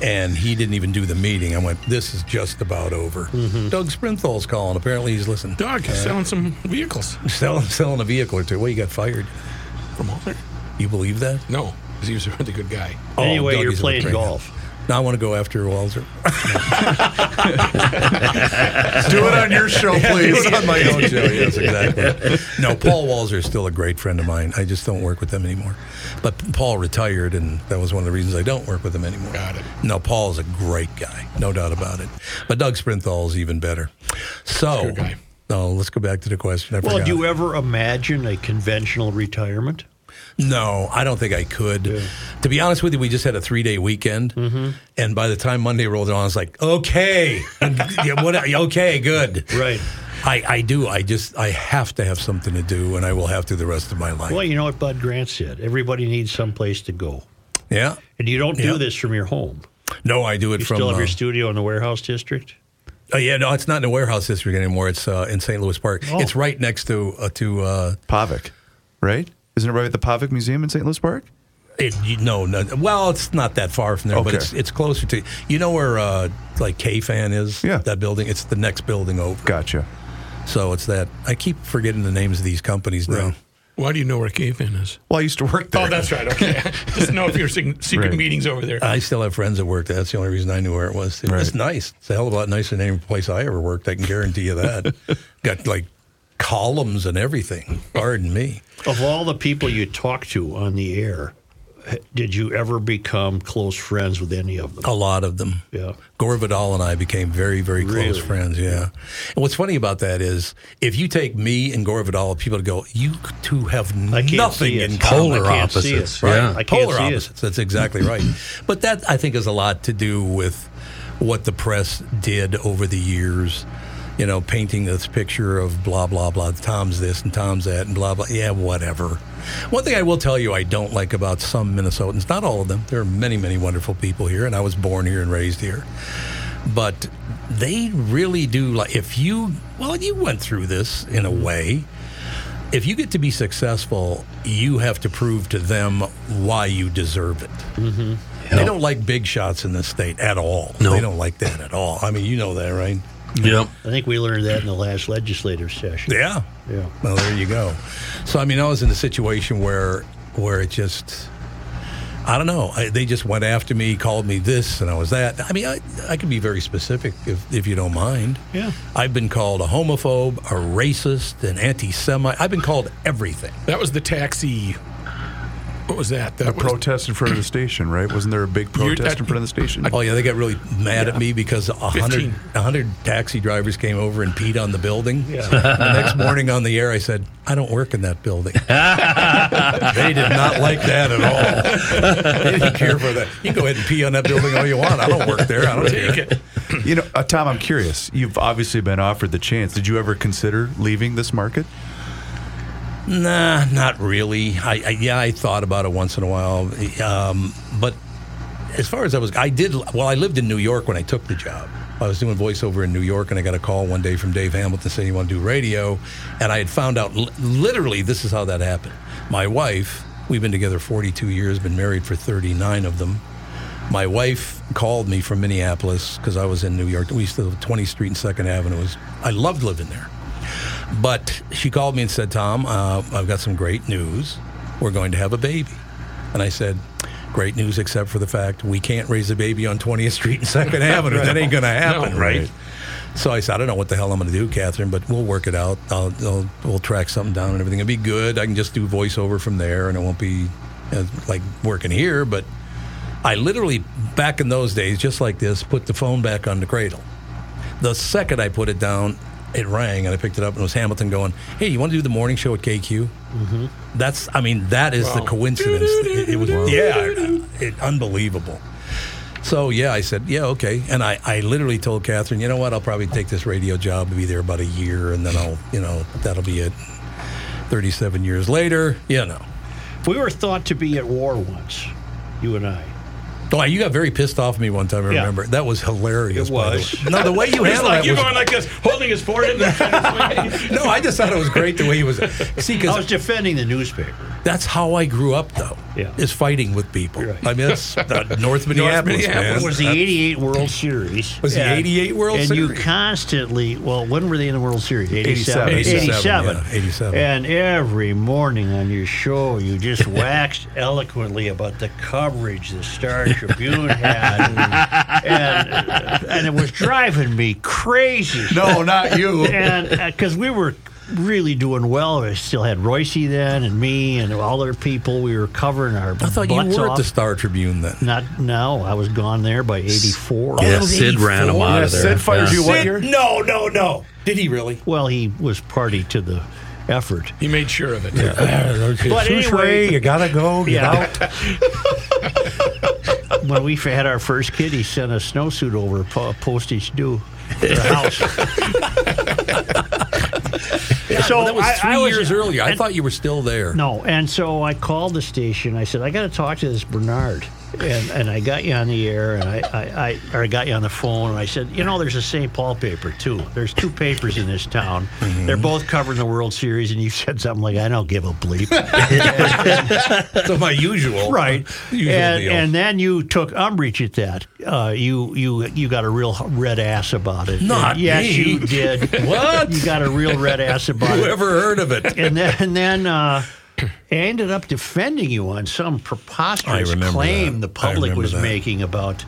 S4: and he didn't even do the meeting. I went, this is just about over.
S2: Mm-hmm.
S4: Doug Sprinthal's calling. Apparently, he's listening.
S5: Dog, he's selling some vehicles
S4: selling selling a vehicle or two. Well, you got fired.
S5: from Alter.
S4: You believe that?
S5: No, because he was a really good guy.
S4: Oh,
S2: anyway,
S4: Doug
S2: you're
S4: is a
S2: playing
S4: trainer.
S2: golf.
S4: Now I want to go after Walzer.
S1: Do it on your show, please.
S4: on my own show. Yes, exactly. No, Paul Walzer is still a great friend of mine. I just don't work with them anymore. But Paul retired, and that was one of the reasons I don't work with him anymore. Got it. No, Paul is a great guy, no doubt about it. But Doug Sprinthal is even better. So,
S5: Good guy.
S4: no, let's go back to the question. I
S2: Well,
S4: forgot.
S2: do you ever imagine a conventional retirement?
S4: No, I don't think I could. To be honest with you, we just had a three day weekend,
S2: Mm-hmm.
S4: and by the time Monday rolled around, I was like, okay, Yeah, what- okay, good,
S2: Right.
S4: I, I do. I just I have to have something to do, and I will have to the rest of my life.
S2: Well, you know what Bud Grant said. Everybody needs someplace to go,
S4: Yeah.
S2: and you don't do
S4: Yeah.
S2: this from your home.
S4: No, I do it
S2: You
S4: from.
S2: still have
S4: uh,
S2: your studio in the warehouse district.
S4: oh, yeah, no, it's not in the warehouse district anymore. It's uh, in St. Louis Park.
S2: Oh.
S4: It's right next to uh, to. Uh,
S1: Pavic, right? Isn't it right at the Pavic Museum in St. Louis Park?
S4: it, you, no, no. Well, it's not that far from there, but
S1: Okay.
S4: it's it's closer to. You know where uh, like K Fan is?
S1: Yeah.
S4: That building. It's the next building over.
S1: Gotcha.
S4: So it's that. I keep forgetting the names of these companies now.
S5: Why do you know where Caveman is?
S1: Well, I used to work there.
S5: Oh, that's right. Okay. Just know if you're seeing secret
S1: Right.
S5: meetings over there.
S4: I still have friends that work there. That's the only reason I knew where it was. too. It's
S1: Right.
S4: nice. It's a hell of a lot nicer than any place I ever worked. I can guarantee you that. Got like columns and everything. Pardon me.
S2: Of all the people you talk to on the air, h- did you ever become close friends with any of them?
S4: A lot of them.
S2: Yeah.
S4: Gore Vidal and I became very, very close
S2: Really?
S4: friends. Yeah. And what's funny about that is if you take me and Gore Vidal, people go, you two have
S2: I can't
S4: nothing
S2: see it.
S4: in common.
S6: Polar
S2: I can't see it.
S6: opposites, yeah.
S2: I can't
S4: polar
S2: see it.
S4: opposites. That's exactly right. but that I think has a lot to do with what the press did over the years. You know, painting this picture of blah blah blah. Tom's this and Tom's that and blah blah. Yeah, whatever. One thing I will tell you, I don't like about some Minnesotans. Not all of them. There are many, many wonderful people here, and I was born here and raised here but they really do like if you well you went through this in a way if you get to be successful you have to prove to them why you deserve it
S2: Mm-hmm.
S4: they don't like big shots in this state at all
S6: No.
S4: they don't like that at all i mean you know that right
S6: Yep.
S2: I think we learned that in the last legislative session.
S4: yeah
S2: Yeah.
S4: well there you go so i mean i was in a situation where where it just I don't know. I, they just went after me, called me this, and I was that. I mean, I, I could be very specific if, if you don't mind.
S2: Yeah.
S4: I've been called a homophobe, a racist, an anti Semite. I've been called everything.
S5: That was the taxi. What was that? That
S1: A
S5: was-
S1: protest in front of the station, right? Wasn't there a big protest
S5: that-
S1: in front of the station?
S4: Oh, yeah, they got really mad at me because a 100,
S5: 15.
S4: a 100 taxi drivers came over and peed on the building. the next morning on the air, I said, I don't work in that building. they did not like that at all. they didn't care for that. You can go ahead and pee on that building all you want. I don't work there. I don't care.
S5: Take it.
S1: You know, uh, Tom, I'm curious. You've obviously been offered the chance. Did you ever consider leaving this market?
S4: Nah, not really. I, I yeah, I thought about it once in a while, um, but as far as I was, I did. Well, I lived in New York when I took the job. I was doing voiceover in New York, and I got a call one day from Dave Hamilton saying, "You want to do radio?" And I had found out li- literally this is how that happened. My wife, we've been together 42 years, been married for 39 of them. My wife called me from Minneapolis because I was in New York. We used to live 20th Street and Second Avenue. It was I loved living there. But she called me and said, Tom, uh, I've got some great news. We're going to have a baby. And I said, Great news, except for the fact we can't raise a baby on 20th Street and 2nd Avenue. That ain't going to happen, right? So I said, I don't know what the hell I'm going to do, Catherine, but we'll work it out. I'll, I'll, we'll track something down and everything. It'll be good. I can just do voiceover from there and it won't be uh, like working here. But I literally, back in those days, just like this, put the phone back on the cradle. The second I put it down, it rang and I picked it up and it was Hamilton going, Hey, you want to do the morning show at KQ? That's, I mean, that is the coincidence. It, it was, yeah, it, unbelievable. So, yeah, I said, Yeah, okay. And I, I literally told Catherine, You know what? I'll probably take this radio job, be there about a year, and then I'll, you know, that'll be it. 37 years later, you know.
S2: We were thought to be at war once, you and I.
S4: Oh, you got very pissed off at me one time. I
S2: Yeah.
S4: remember that was hilarious.
S2: It
S4: by the
S2: was.
S4: way. no the way you
S5: It's
S4: handled
S5: like
S4: it.
S5: you're
S4: Was,
S5: going like this, holding his forehead. And
S4: no, I just thought it was great the way he was. See,
S2: I was
S4: because
S2: defending the newspaper.
S4: That's how I grew up, though.
S2: Yeah.
S4: is fighting with people. I mean, that's the North
S5: North
S4: Minneapolis. man.
S5: Minneapolis
S2: It was the
S4: That-
S2: '88 World Series.
S4: Was the 88 World
S2: and
S4: Series?
S2: you constantly, well, when were they in the World Series? 87.
S4: 87,
S2: 87.
S4: yeah, 87.
S2: And every morning on your show, you just waxed eloquently about the coverage the Star Tribune had. and, and, and it was driving me crazy.
S1: No, not you.
S2: And because we were really doing well, I still had Royce then and me and all other people. We were covering our
S4: I thought you
S2: butts
S4: were at
S2: off.
S4: the Star Tribune then.
S2: Not no, I was gone there by '84.
S6: Yeah, Sid ran him out of there.
S1: Sid fires
S6: Yeah.
S1: you what year?
S4: No, no, no. Did he really?
S2: Well, he was party to the effort.
S5: He made sure of it.
S2: But anyway-
S4: you gotta go. get
S2: Yeah.
S4: out.
S2: when we had our first kid, he sent a snowsuit over po- postage due. to The house. so
S4: That was three
S2: I, I was-
S4: years earlier. I
S2: and-
S4: thought you were still there.
S2: No, and so I called the station. I said I got to talk to this Bernard, and and I got you on the air, and I, I, I or I got you on the phone, and I said, you know, there's a St. Paul paper too. There's two papers in this town.
S4: Mm-hmm.
S2: They're both covering the World Series, and you said something like, I don't give a bleep.
S4: So my usual,
S2: right?
S4: Usual
S2: and,
S4: deal.
S2: and then you took umbrage at that. Uh, you you you got a real red ass about it.
S4: Not
S2: And yes,
S4: me.
S2: you did.
S4: What?
S2: You got a real red ass about it.
S4: Whoever heard of it?
S2: And then and then. Uh, I ended up defending you on some preposterous
S4: I remember
S2: claim
S4: that.
S2: the
S4: I
S2: public
S4: remember
S2: was
S4: that.
S2: making about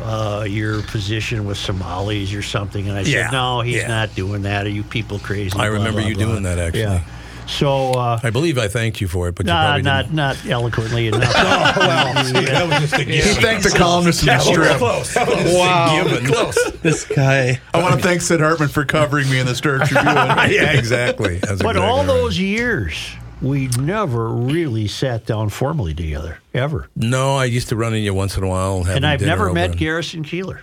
S2: uh, your position with Somalis or something. And I
S4: Yeah,
S2: said, no, he's
S4: yeah.
S2: not doing that. Are you people crazy?
S4: I
S2: Blah,
S4: remember
S2: blah,
S4: you
S2: blah.
S4: doing that, actually.
S2: Yeah. So uh,
S4: I believe I thanked you for it, but you
S2: Nah,
S4: probably
S2: not
S4: didn't.
S2: not eloquently enough. oh,
S4: That was just a
S1: He
S4: given.
S1: thanked the columnist in the strip.
S4: Close. That was just a given.
S6: This guy.
S1: I want to thank Sid Hartman for covering me in the Star Tribune.
S4: yeah, exactly. That's
S2: But
S4: exactly
S2: all
S4: right.
S2: those years, we never really sat down formally together, ever.
S4: No, I used to run in you once in a while. having
S2: And I've
S4: dinner
S2: never
S4: over
S2: met
S4: and-
S2: Garrison Keeler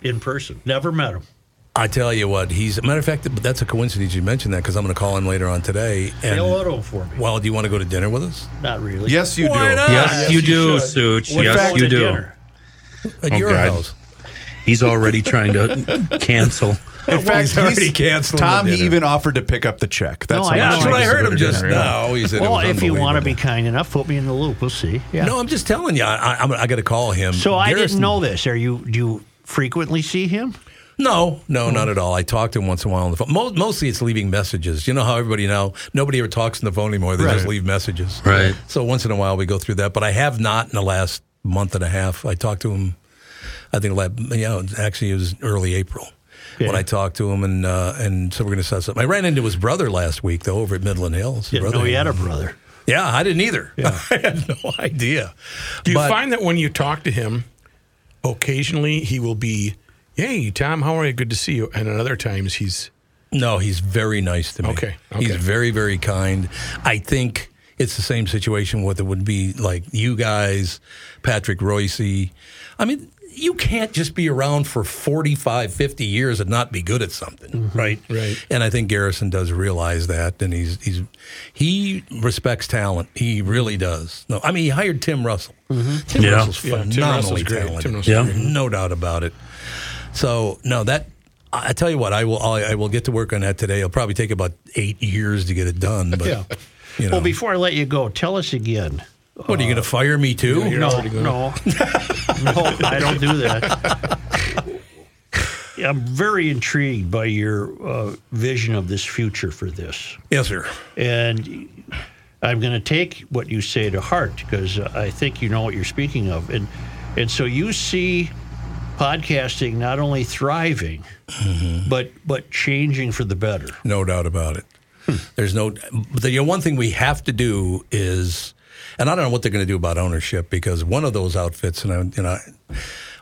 S2: in person. Never met him.
S4: I tell you what, he's a matter of fact. But that's a coincidence you mentioned that because I'm going to call him later on today. And
S2: They'll auto him for me.
S4: well, do you want to go to dinner with us?
S2: Not really.
S1: yes, you do.
S6: Yes, you, do, Such.
S2: We're
S6: Yes,
S2: going to
S6: you do.
S2: dinner.
S4: At
S6: Oh,
S4: your
S6: God.
S4: house.
S6: He's already trying to cancel.
S1: In fact,
S4: he's already
S1: he's-
S4: canceled
S1: Tom
S4: the dinner.
S1: even offered to pick up the check. That's,
S2: No,
S1: how
S2: I-
S1: much
S4: That's
S1: he
S4: what I
S1: wants to
S4: heard
S1: go
S4: him
S1: to
S4: just
S1: dinner.
S4: now. He said it
S2: Well,
S4: was
S2: if you want to be
S4: unbelievable.
S2: kind enough, put me in the loop. We'll see. Yeah.
S4: No, I'm just telling you. I, I, I'm- I got to call him.
S2: so I
S4: Garrison-
S2: didn't know this. Are you do you frequently see him?
S4: No, no, not at all. I talk to him once in a while on the phone. Mo- mostly, it's leaving messages. You know how everybody now nobody ever talks on the phone anymore. They just leave messages.
S6: Right.
S4: So once in a while we go through that, but I have not in the last month and a half. I talked to him. I think la- yeah, actually it was early April when I talked to him, and uh, and so we're going to set something. I ran into his brother last week though over at Midland Hills. His
S2: Didn't
S4: brother-
S2: know he had a brother.
S4: Yeah, I didn't either. I had no idea.
S5: Do you
S4: But-
S5: find that when you talk to him, occasionally he will be, "Hey, Tom, how are you? Good to see you." And at other times he's,
S4: No, he's very nice to me.
S5: Okay,
S4: He's
S5: okay.
S4: very, very kind. I think it's the same situation with it would be like you guys, Patrick Royce. I mean, you can't just be around for 45, 50 years and not be good at something, right?
S5: Mm-hmm. Right.
S4: And I think Garrison does realize that and he's he's he respects talent. He really does. No, I mean, he hired Tim Russell.
S5: Mm-hmm.
S4: Tim
S6: Yeah.
S4: Russell's
S5: Yeah, Tim Russell's
S4: phenomenally
S5: great.
S4: talented.
S5: Tim Russell's
S6: Yeah. great.
S4: No doubt about it. So no, that I I tell you what, I will I, I will get to work on that today. It'll probably take about eight years to get it done. But
S2: Yeah.
S4: you know,
S2: Well, before I let you go, tell us again.
S4: what are you going to fire me too?
S2: No, no, no, I don't do that. I'm very intrigued by your uh, vision of this future for this,
S4: Yes, sir.
S2: and I'm going to take what you say to heart because I think you know what you're speaking of, and and so you see podcasting not only thriving,
S4: Mm-hmm.
S2: but but changing for the better.
S4: No doubt about it. There's no the you know, one thing we have to do is, and I don't know what they're going to do about ownership because one of those outfits, and I, you know,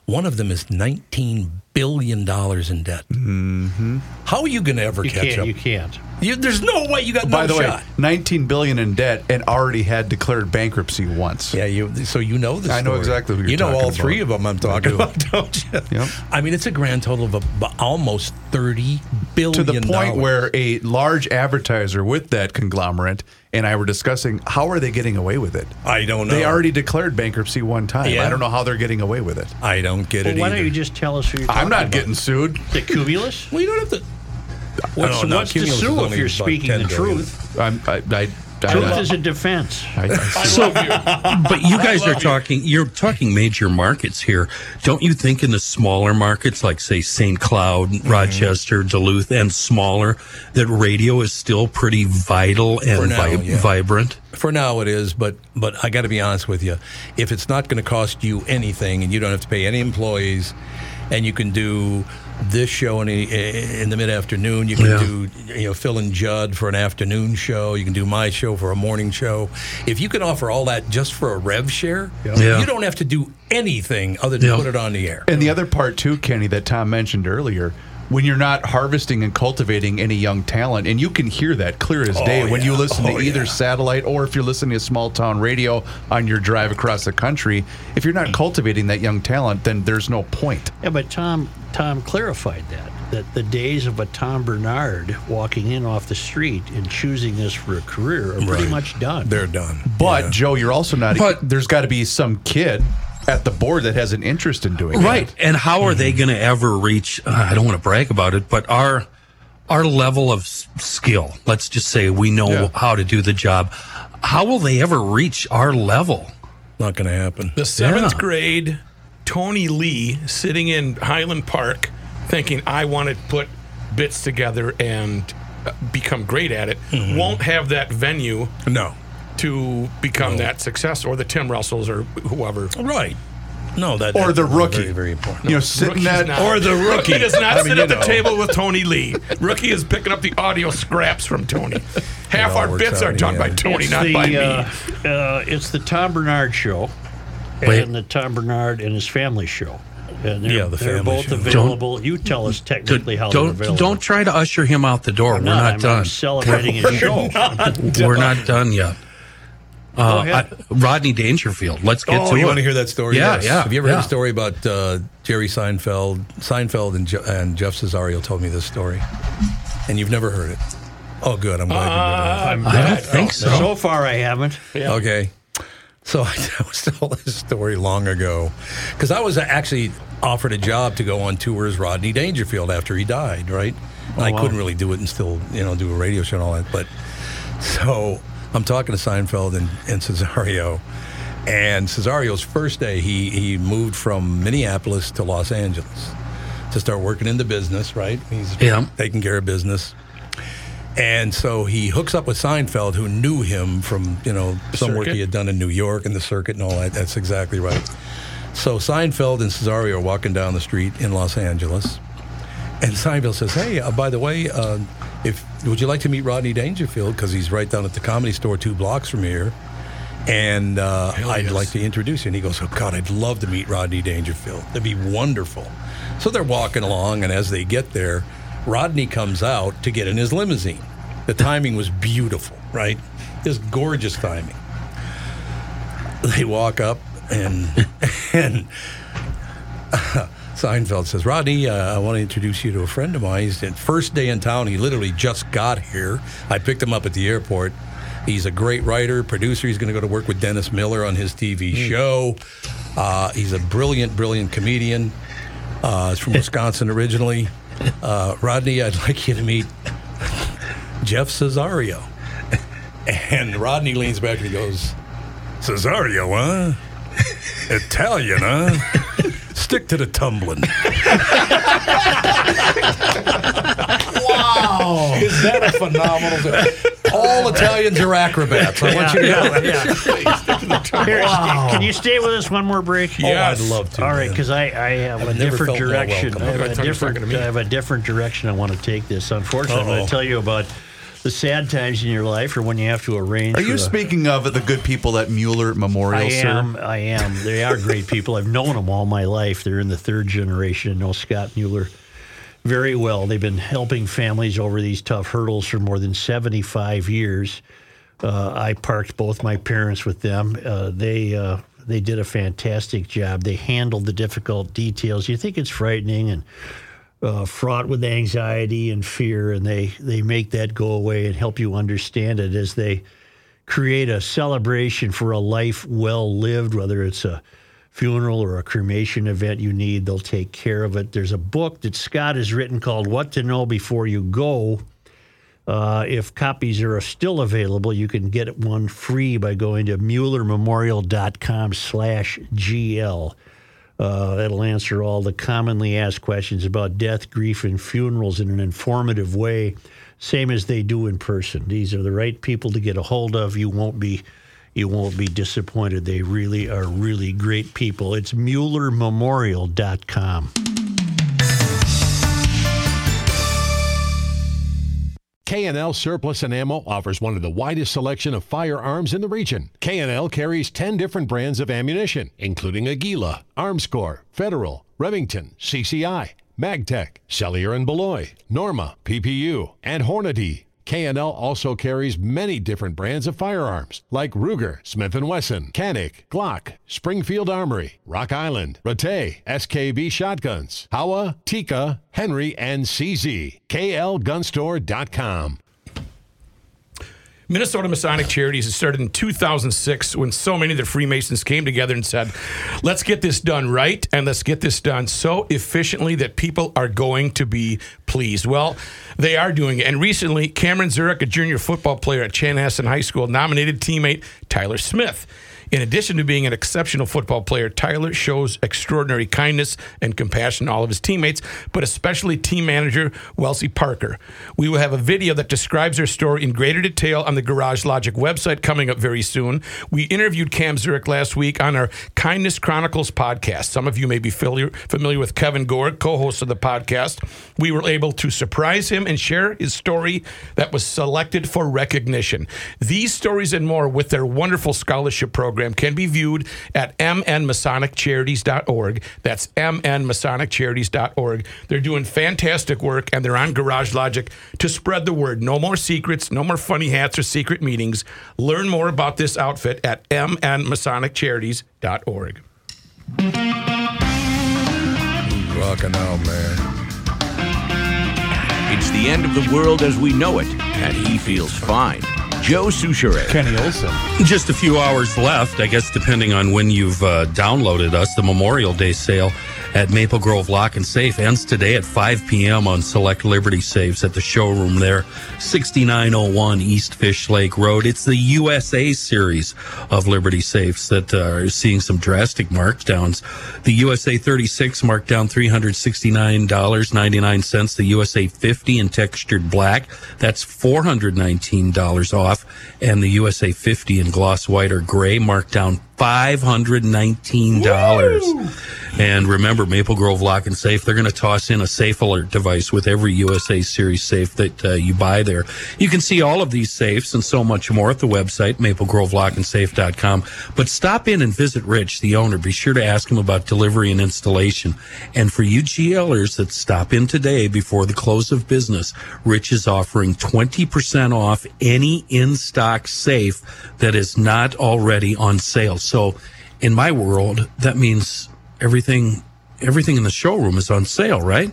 S4: one of them is 19 billion dollars in debt. Mm-hmm. How are you going to ever
S2: You
S4: catch
S2: can't,
S4: up?
S2: you can't.
S4: You- there's no way you got
S1: By
S4: no
S1: the
S4: shot.
S1: way, 19 billion in debt and already had declared bankruptcy once.
S4: Yeah, you. So you know the.
S1: I know
S4: story.
S1: exactly who you're
S4: You know
S1: talking
S4: all
S1: about.
S4: three of them. I'm talking
S1: do.
S4: about, don't you?
S1: Yep.
S4: I mean, it's a grand total of ab- almost thirty billion.
S1: to the point
S4: dollars.
S1: where a large advertiser with that conglomerate and I were discussing how are they getting away with it?
S4: I don't know.
S1: They already declared bankruptcy one time.
S4: Yeah.
S1: I don't know how they're getting away with it.
S4: I don't get
S2: Well,
S4: it
S2: why
S4: either.
S2: don't you just tell us who you're talking
S1: I'm not
S2: about?
S1: getting sued.
S2: the cumulus.
S4: well, you don't have to.
S2: What's,
S4: no,
S2: what's to
S4: Cumulus is
S2: sue if
S4: only
S2: you're
S4: about
S2: speaking the
S4: 10 billion.
S2: truth?
S1: I'm, I, I
S2: Truth is a defense.
S6: So, but you guys are talking. You're talking major markets here, don't you think? In the smaller markets, like say St. Cloud, Rochester, Duluth, and smaller, that radio is still pretty vital and
S4: For now,
S6: vib-
S4: yeah.
S6: vibrant.
S4: For now, it is, but but I got to be honest with you. If it's not going to cost you anything, and you don't have to pay any employees, and you can do this show in the, in the mid afternoon, you can
S6: Yeah.
S4: do you know Phil and Judd for an afternoon show. You can do my show for a morning show. If you can offer all that just for a rev share,
S6: Yeah.
S4: you don't have to do anything other than
S6: Yeah.
S4: put it on the air.
S1: And the other part too, Kenny, that Tom mentioned earlier, when you're not harvesting and cultivating any young talent, and you can hear that clear as
S4: Oh,
S1: day when you
S4: yeah.
S1: listen
S4: Oh,
S1: to either
S4: yeah.
S1: satellite or if you're listening to small town radio on your drive across the country. If you're not cultivating that young talent, then there's no point.
S2: Yeah, but Tom Tom clarified that that the days of a Tom Bernard walking in off the street and choosing this for a career are pretty much done.
S4: They're done.
S1: But Joe, you're also not.
S6: But-
S1: there's got to be some kid at the board that has an interest in doing it.
S6: Right. And how are they going to ever reach? Uh, I don't want to brag about it, but our our level of s- skill. Let's just say we know
S1: Yeah.
S6: how to do the job. How will they ever reach our level?
S4: Not going to happen.
S5: The seventh
S6: Yeah.
S5: grade Tony Lee sitting in Highland Park thinking, I want to put bits together and uh, become great at it,
S4: Mm-hmm.
S5: won't have that venue
S4: No,
S5: to become that success or the Tim Russells or whoever.
S4: right? No, that
S1: Or the
S4: that's
S1: rookie,
S4: very, very important.
S1: You know, sitting
S5: Rookie's
S1: at
S5: not-
S4: or the rookie.
S5: does not
S4: I mean,
S5: sit
S4: you
S5: at the
S4: know.
S5: table with Tony Lee. Rookie is picking up the audio scraps from Tony. Half
S4: all
S5: our
S4: works
S5: bits
S4: out
S5: are
S4: in
S5: done
S4: the
S5: by
S4: end.
S5: Tony,
S2: It's
S5: not
S2: the,
S5: by me.
S2: uh, uh, it's the Tom Bernard show,
S6: Wait.
S2: and the Tom Bernard and his family show. And they're,
S4: Yeah, the
S2: they're
S4: family
S2: both
S4: show.
S2: available. you tell us
S6: Don't
S2: technically how they're
S6: don't,
S2: available.
S6: don't try to usher him out the door.
S2: I'm
S6: We're
S2: not,
S6: not
S2: I'm,
S6: done.
S2: I'm celebrating his show.
S6: We're not done yet. Uh,
S2: ahead.
S6: I- Rodney Dangerfield. Let's get
S4: oh,
S6: to
S4: you
S6: it.
S4: want to hear that story?
S6: Yeah, yeah,
S4: Have you ever heard
S6: yeah.
S4: a story about uh, Jerry Seinfeld? Seinfeld and, Je- and Jeff Cesario told me this story, and you've never heard it. Oh, good. I'm glad
S5: Uh,
S6: I don't think so.
S2: so far, I haven't.
S4: you never heard it. Okay. So I was told this story long ago because I was actually offered a job to go on tour as Rodney Dangerfield after he died, right? And I couldn't really do it and still, you know, do a radio show and all that. But so I'm talking to Seinfeld and, and Cesario. And Cesario's first day, he, he moved from Minneapolis to Los Angeles to start working in the business, right? He's
S6: Yeah.
S4: taking care of business. And so he hooks up with Seinfeld, who knew him from, you know, some work
S5: circuit?
S4: he had done in New York and the circuit and all that. That's exactly right. So Seinfeld and Cesario are walking down the street in Los Angeles. And Seinfeld says, "Hey, uh, by the way, uh, if would you like to meet Rodney Dangerfield because he's right down at the Comedy Store, two blocks from here, and uh, I'd like to introduce you." And he goes, "Oh God, I'd love to meet Rodney Dangerfield. That'd be wonderful." So they're walking along, and as they get there, Rodney comes out to get in his limousine. The timing was beautiful, right? Just gorgeous timing. They walk up and and uh, Seinfeld says, Rodney, uh, I want to introduce you to a friend of mine. He's the first day in town. He literally just got here. I picked him up at the airport. He's a great writer, producer. He's going to go to work with Dennis Miller on his TV show. Uh, he's a brilliant, brilliant comedian. Uh, he's from Wisconsin originally. Uh, Rodney, I'd like you to meet Jeff Cesario. And Rodney leans back and he goes, Cesario, huh? Italian, huh? Stick to the tumbling. wow. Is that a phenomenal All Italians are acrobats. I want you to know that.
S2: Here, st- Can you stay with us one more break?
S4: Yes. Oh, I'd love to,
S2: All right,
S4: man.
S2: because I, I have a
S4: I've never
S2: different
S4: felt more
S2: direction.
S4: welcome.
S2: I have
S5: Every
S2: a
S5: time you're
S2: different.
S5: talking to me.
S2: I have a different direction I want to take this. Unfortunately, I'm going
S4: Uh-oh.
S2: to tell you about the sad times in your life, or when you have to arrange.
S1: Are
S2: for
S1: you
S2: a-
S1: speaking of the good people at Mueller Memorial
S2: I
S1: Serum?
S2: am. I am. They are great people. I've known them all my life. They're in the third generation. I know Scott Mueller very well. They've been helping families over these tough hurdles for more than 75 years. Uh, I parked both my parents with them. Uh, they uh, they did a fantastic job. They handled the difficult details. You think it's frightening and uh, fraught with anxiety and fear, and they they make that go away and help you understand it as they create a celebration for a life well lived, whether it's a funeral or a cremation event you need, they'll take care of it. There's a book that Scott has written called What to Know Before You Go. Uh, if copies are still available, you can get one free by going to MuellerMemorial.com slash GL. Uh, that'll answer all the commonly asked questions about death, grief, and funerals in an informative way, same as they do in person. These are the right people to get a hold of. You won't be, you won't be disappointed. They really are really great people. It's MuellerMemorial.com.
S11: K&L Surplus and Ammo offers one of the widest selection of firearms in the region. K&L carries 10 different brands of ammunition, including Aguila, Armscore, Federal, Remington, CCI, Magtech, Cellier and Beloy, Norma, PPU, and Hornady. K&L also carries many different brands of firearms like Ruger, Smith & Wesson, Canic, Glock, Springfield Armory, Rock Island, Rattay, SKB Shotguns, Howa, Tika, Henry, and CZ. KLGunstore.com.
S5: Minnesota Masonic Charities was started in 2006 when so many of the Freemasons came together and said, let's get this done right and let's get this done so efficiently that people are going to be pleased. Well, they are doing it. And recently, Cameron Zurich, a junior football player at Chanhassen High School, nominated teammate Tyler Smith. In addition to being an exceptional football player, Tyler shows extraordinary kindness and compassion to all of his teammates, but especially team manager Wellesley Parker. We will have a video that describes their story in greater detail on the Garage Logic website coming up very soon. We interviewed Cam Zurich last week on our Kindness Chronicles podcast. Some of you may be familiar, familiar with Kevin Gore, co host of the podcast. We were able to surprise him and share his story that was selected for recognition. These stories and more with their wonderful scholarship program program can be viewed at mnmasoniccharities.org. That's mnmasoniccharities.org. They're doing fantastic work and they're on Garage Logic to spread the word. No more secrets, no more funny hats or secret meetings. Learn more about this outfit at mnmasoniccharities.org.
S4: Rocking out, man.
S10: It's the end of the world as we know it, and he feels fine. Joe Souchere.
S1: Kenny Olson.
S6: Just a few hours left, I guess, depending on when you've uh, downloaded us. The Memorial Day sale at Maple Grove Lock and Safe ends today at 5 p.m. on select Liberty Safes at the showroom there, 6901 East Fish Lake Road. It's the USA series of Liberty Safes that uh, are seeing some drastic markdowns. The USA 36 marked down $369.99. The USA 50 in textured black, that's $419 off. And the USA 50 in gloss white or gray marked down $519. And remember, Maple Grove Lock and Safe, they're going to toss in a safe alert device with every USA Series safe that uh, you buy there. You can see all of these safes and so much more at the website, maplegrovelockandsafe.com. But stop in and visit Rich, the owner. Be sure to ask him about delivery and installation. And for you GLers that stop in today before the close of business, Rich is offering 20% off any in stock safe that is not already on sale. So in my world, that means everything everything in the showroom is on sale, right?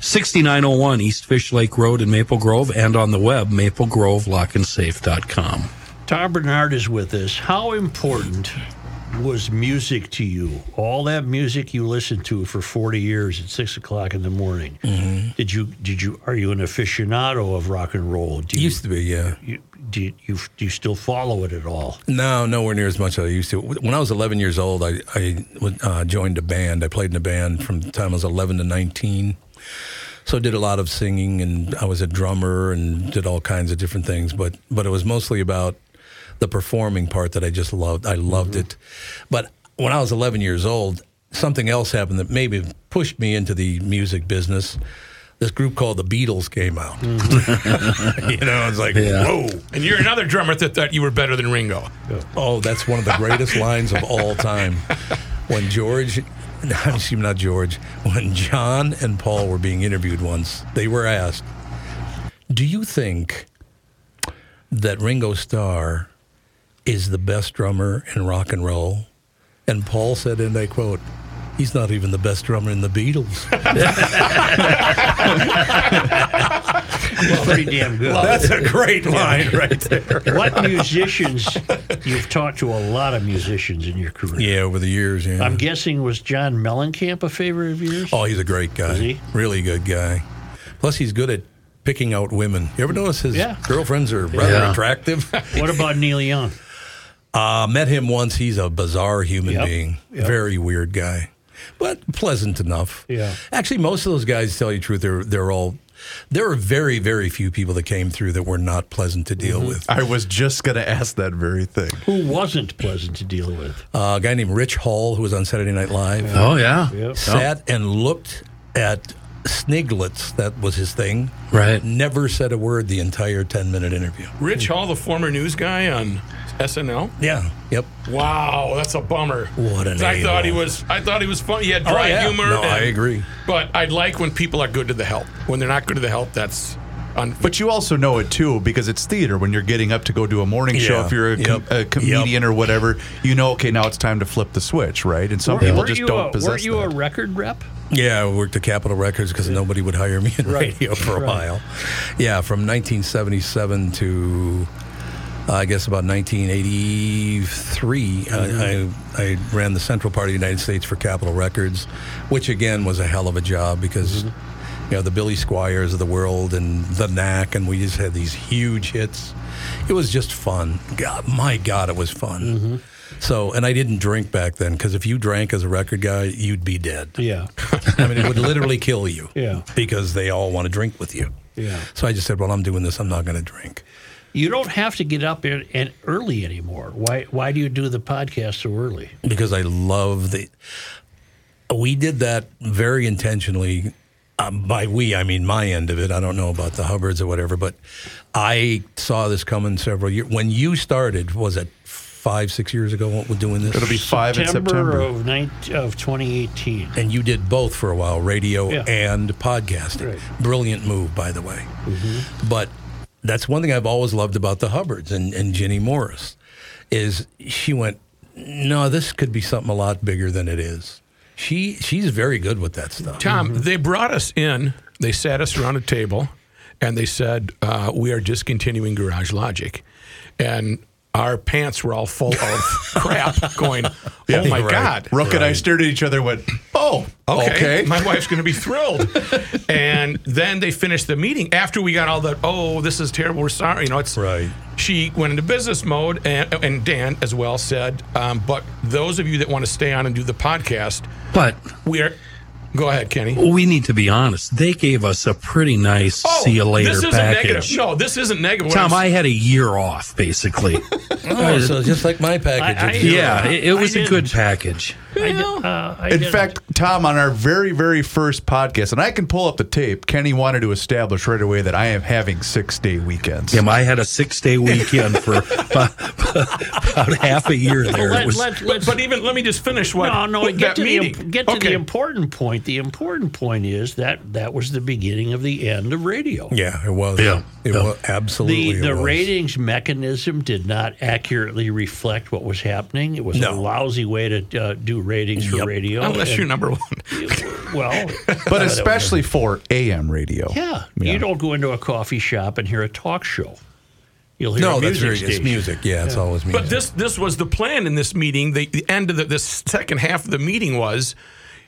S6: 6901 East Fish Lake Road in Maple Grove and on the web maplegrovelockandsafe.com.
S2: Tom Bernard is with us. How important was music to you? All that music you listened to for forty years at six o'clock in the morning. Did you? Did you? Are you an aficionado of rock and roll? Do you,
S4: Used to be, yeah.
S2: you, do you, you do you still follow it at all?
S4: No, nowhere near as much as I used to. When I was 11 years old, I, I uh, joined a band. I played in a band from the time I was 11 to 19. So I did a lot of singing, and I was a drummer and did all kinds of different things. But but it was mostly about the performing part that I just loved. I loved it. But when I was 11 years old, something else happened that maybe pushed me into the music business. This group called the Beatles came out. you know, it's like, whoa.
S5: And you're another drummer that thought you were better than Ringo.
S4: Oh, that's one of the greatest lines of all time. When George, no, excuse me, not George, when John and Paul were being interviewed once, they were asked, Do you think that Ringo Starr is the best drummer in rock and roll? And Paul said, and I quote, He's not even the best drummer in the Beatles.
S2: Well, pretty damn good.
S4: That's a great line right there.
S2: what musicians? You've talked to a lot of musicians in your career.
S4: Yeah, over the years, yeah.
S2: I'm guessing was John Mellencamp a favorite of yours?
S4: Oh, he's a Oh, great guy.
S2: he?
S4: Really good guy. Plus, he's good at picking out women. You ever notice his
S2: Yeah.
S4: girlfriends are rather
S6: Yeah.
S4: attractive?
S2: What about Neil Young?
S4: Uh, met him once. He's a bizarre human
S2: Yep.
S4: being.
S2: Yep.
S4: Very weird guy, but pleasant enough.
S2: Yeah.
S4: Actually, most of those guys, to tell you the truth, they're they're all. There are very very few people that came through that were not pleasant to
S2: Mm-hmm.
S4: deal with.
S1: I was just going to ask that very thing.
S2: Who wasn't pleasant to deal with?
S4: Uh, a guy named Rich Hall who was on Saturday Night Live.
S6: Oh, yeah.
S2: Yep.
S4: Sat and looked at sniglets. That was his thing.
S6: Right.
S4: Never said a word the entire ten minute interview.
S5: Rich Hall, the former news guy on SNL.
S4: Yeah. Yep.
S5: Wow, that's a bummer.
S4: What an
S5: I thought he
S4: a-hole. Oh,
S5: was. I thought he was funny. He had dry
S4: yeah.
S5: humor.
S4: No, I
S5: and-
S4: agree.
S5: But I like when people are good to the help. When they're not good to the help, that's. Un-
S1: But you also know it too because it's theater. When you're getting up to go do a morning show,
S4: Yeah.
S1: if you're a, com-
S4: Yep.
S1: a comedian or whatever, you know, okay, now it's time to flip the switch, right? And some people just
S2: you
S1: don't
S2: a,
S1: possess
S2: Were you
S1: that.
S2: a record rep?
S4: Yeah, I worked at Capitol Records because nobody would hire me in
S2: Right.
S4: radio for a
S2: Right.
S4: while. Yeah, from 1977 to uh, I guess about 1983,
S2: Mm-hmm.
S4: I, I, I ran the central part of the United States for Capitol Records, which again was a hell of a job because.
S2: Mm-hmm.
S4: You know the Billy Squires of the world and the Knack, and we just had these huge hits. It was just fun. God, my God, it was fun.
S2: Mm-hmm.
S4: So, and I didn't drink back then because if you drank as a record guy, you'd be dead.
S2: Yeah.
S4: I mean, it would literally kill you.
S2: Yeah.
S4: Because they all want to drink with you.
S2: Yeah.
S4: So I just said, well, I'm doing this. I'm not going to drink.
S2: You don't have to get up and, and early anymore. Why? Why do you do the podcast so early?
S4: Because I love the. We did that very intentionally. Um, by we, I mean my end of it. I don't know about the Hubbards or whatever, but I saw this coming several years. When you started, was it five, six years ago? What we're doing this?
S1: It'll be five in
S2: September
S1: September.
S2: of nine- of 2018.
S4: And you did both for a while, radio
S2: Yeah.
S4: and podcasting.
S2: Right. Mm-hmm.
S4: Brilliant move, by the way. But that's one thing I've always loved about the Hubbards and, and Ginny Morris is she went, no, this could be something a lot bigger than it is. She she's very good with that stuff.
S5: Tom, they brought us in. They sat us around a table, and they said, uh, "We are discontinuing Garage Logic," and our pants were all full of crap. Going, oh my
S4: right.
S5: god!
S1: Rook and I stared at each other and went, oh, okay.
S5: okay, my wife's going to be thrilled. and then they finished the meeting after we got all the, oh, this is terrible. We're sorry. You know, it's
S4: Right.
S5: She went into business mode, and, and Dan as well said, um, but those of you that want to stay on and do the podcast,
S6: But
S5: we are. Go ahead, Kenny.
S6: we need to be honest. They gave us a pretty nice see you later
S5: Oh, This isn't
S6: package.
S5: negative. No, this isn't negative. What
S6: Tom,
S5: I'm
S6: I had a year off basically.
S4: Oh, so just like
S2: uh,
S4: my
S2: I-
S4: package.
S2: I-
S6: yeah, it, it was
S2: I
S6: a good package.
S2: I di- uh, I
S1: In
S2: didn't.
S1: fact, Tom, on our very, very first podcast, and I can pull up the tape, Kenny wanted to establish right away that I am having six day weekends.
S6: Damn, I had a six day weekend for about, about half a year there. It
S2: let,
S6: was-
S2: let,
S5: but,
S2: let's.
S5: but even let me just finish what.
S2: no, no.
S5: what
S2: Get
S5: that
S2: to, the,
S5: meeting.
S2: imp- get to the
S5: Okay.
S2: important point. The important point is that that was the beginning of the end of radio.
S4: Yeah, it was.
S6: Yeah.
S4: It
S6: Yeah.
S4: was absolutely
S2: the,
S4: it
S2: the
S4: was.
S2: ratings mechanism did not accurately reflect what was happening. It was a
S4: No.
S2: lousy way to uh, do ratings for radio.
S5: Unless
S2: and-
S5: you're number one.
S2: well,
S1: But especially for AM radio.
S2: yeah, you don't go into a coffee shop and hear a talk show. You'll hear
S4: No,
S2: a
S4: Oh, that's
S2: music
S4: very it's
S2: station.
S4: music. Yeah, it's always music.
S5: But this this was the plan in this meeting. The, the end of the, this second half of the meeting was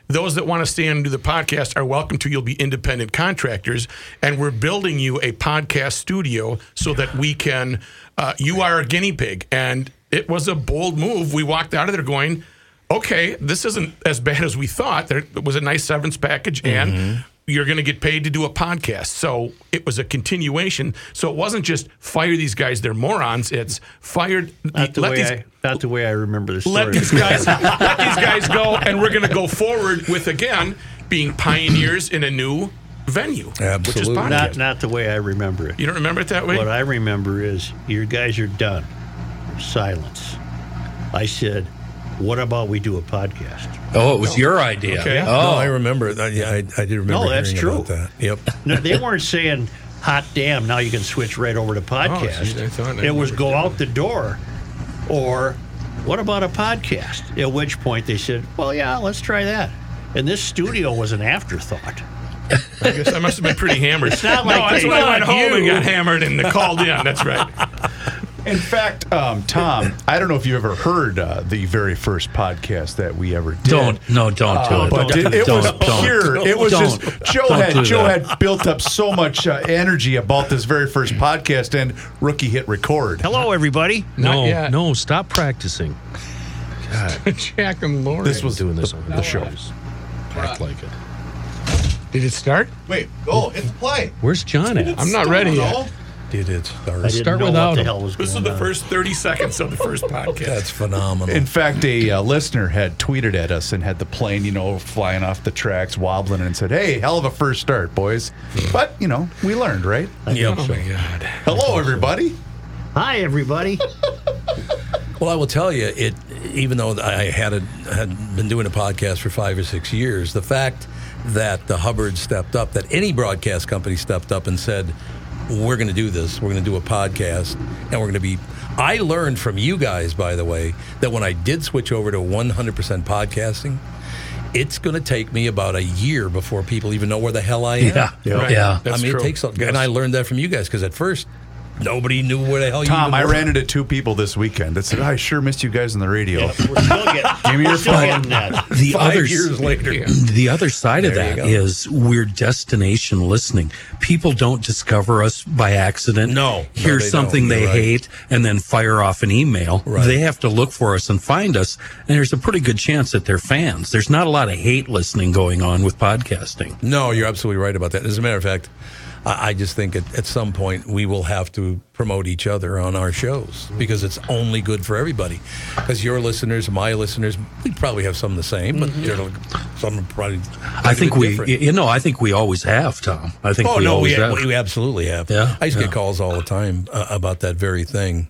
S5: those that want to stay on and do the podcast are welcome to. You'll be independent contractors, and we're building you a podcast studio so that we can. Uh, you are a guinea pig, and it was a bold move. We walked out of there going, "Okay, this isn't as bad as we thought." There was a nice severance package, and. You're going to get paid to do a podcast. So it was a continuation. So it wasn't just fire these guys, they're morons. It's fired.
S2: Not the,
S5: let
S2: way
S5: these-
S2: I, not the way I remember the story.
S5: let these guys let these guys go, and we're going to go forward with again being pioneers in a new venue, which is
S4: Absolutely.
S5: podcast.
S2: not, not the way I remember it.
S5: you don't remember it that way.
S2: What I remember is your guys are done. Silence. I said, what about we do a podcast?
S6: oh, it was your idea.
S5: Okay.
S6: Oh,
S4: no, I remember. I, I, I did remember
S2: No, that's
S4: hearing about
S2: true.
S4: that. Yep.
S2: No, they weren't saying, hot damn, now you can switch right over to podcast.
S5: Oh, see, I thought I
S2: it was
S5: remembered
S2: go
S5: that.
S2: out the door or what about a podcast? At which point they said, well, yeah, let's try that. And this studio was an afterthought.
S5: I guess I must have been pretty hammered.
S2: not like
S5: no, that's
S2: they
S5: when I went
S2: thought
S5: home and
S2: you-
S5: got hammered and called in. That's right.
S1: In fact, um, Tom, I don't know if you ever heard uh, the very first podcast that we ever did. Uh,
S6: Don't. No, don't do it.
S1: But
S6: Don't,
S1: it, it was
S6: don't, don't.
S1: pure. it was
S6: Don't.
S1: just Joe
S6: Don't do
S1: had Joe
S6: that.
S1: had built up so much uh, energy about this very first podcast, and rookie hit record.
S2: Hello, everybody.
S6: No,
S5: yet.
S6: no, stop practicing.
S5: Jack and Lauren.
S1: This was
S6: Doing this
S1: the,
S6: on
S1: the show.
S6: Act like it.
S5: Did it start?
S1: Wait, go hit the play.
S6: Where's John at?
S5: I'm not ready yet.
S4: Did it start?
S2: I didn't
S6: Start
S2: know
S6: without
S2: what the
S6: him.
S2: hell was
S5: This is
S2: going
S5: the
S2: on.
S5: first 30 seconds of the first podcast.
S4: That's phenomenal.
S1: In fact, a uh, listener had tweeted at us and had the plane, you know, flying off the tracks, wobbling, and said, "Hey, hell of a first start, boys." But you know, we learned, right?
S4: Yep.
S1: Hello, everybody.
S2: Hi, everybody.
S4: Well, I will tell you, it even though I had a, had been doing a podcast for five or six years, the fact that the Hubbard stepped up, that any broadcast company stepped up and said, "We're going to do this. We're going to do a podcast, and we're going to be." I learned from you guys, by the way, that when I did switch over to 100% podcasting, it's going to take me about a year before people even know where the hell I am.
S6: Yeah, yeah. Right. Yeah.
S4: I
S5: That's
S4: mean,
S5: true.
S4: it takes, a- and I learned that from you guys because at first. Nobody knew where the hell you
S1: Tom,
S4: even
S1: I
S4: were.
S1: ran into two people this weekend that said, "I sure missed you guys on the radio."
S2: We're still getting,
S1: Give me your
S2: we're still
S1: phone.
S2: getting that.
S6: The
S4: Five
S6: other
S4: years later.
S6: the other side of that
S4: you go.
S6: is we're destination listening. People don't discover us by accident.
S4: No, no,
S6: hear
S4: they
S6: something
S4: don't.
S6: they
S4: You're right.
S6: hate and then fire off an email.
S4: Right.
S6: They have to look for us and find us. And there's a pretty good chance that they're fans. There's not a lot of hate listening going on with podcasting.
S4: No, you're absolutely right about that. As a matter of fact, I, I just think at, at some point we will have to promote each other on our shows because it's only good for everybody. Because your listeners, my listeners, we probably have some the same, but you know, some are probably.
S6: I think we,
S4: different.
S6: you know, I think we always have, Tom. I think
S4: Oh
S6: we
S4: no, we,
S6: always
S4: have,
S6: have.
S4: we absolutely have.
S6: Yeah,
S4: I used to
S6: yeah.
S4: get calls all the time uh, about that very thing.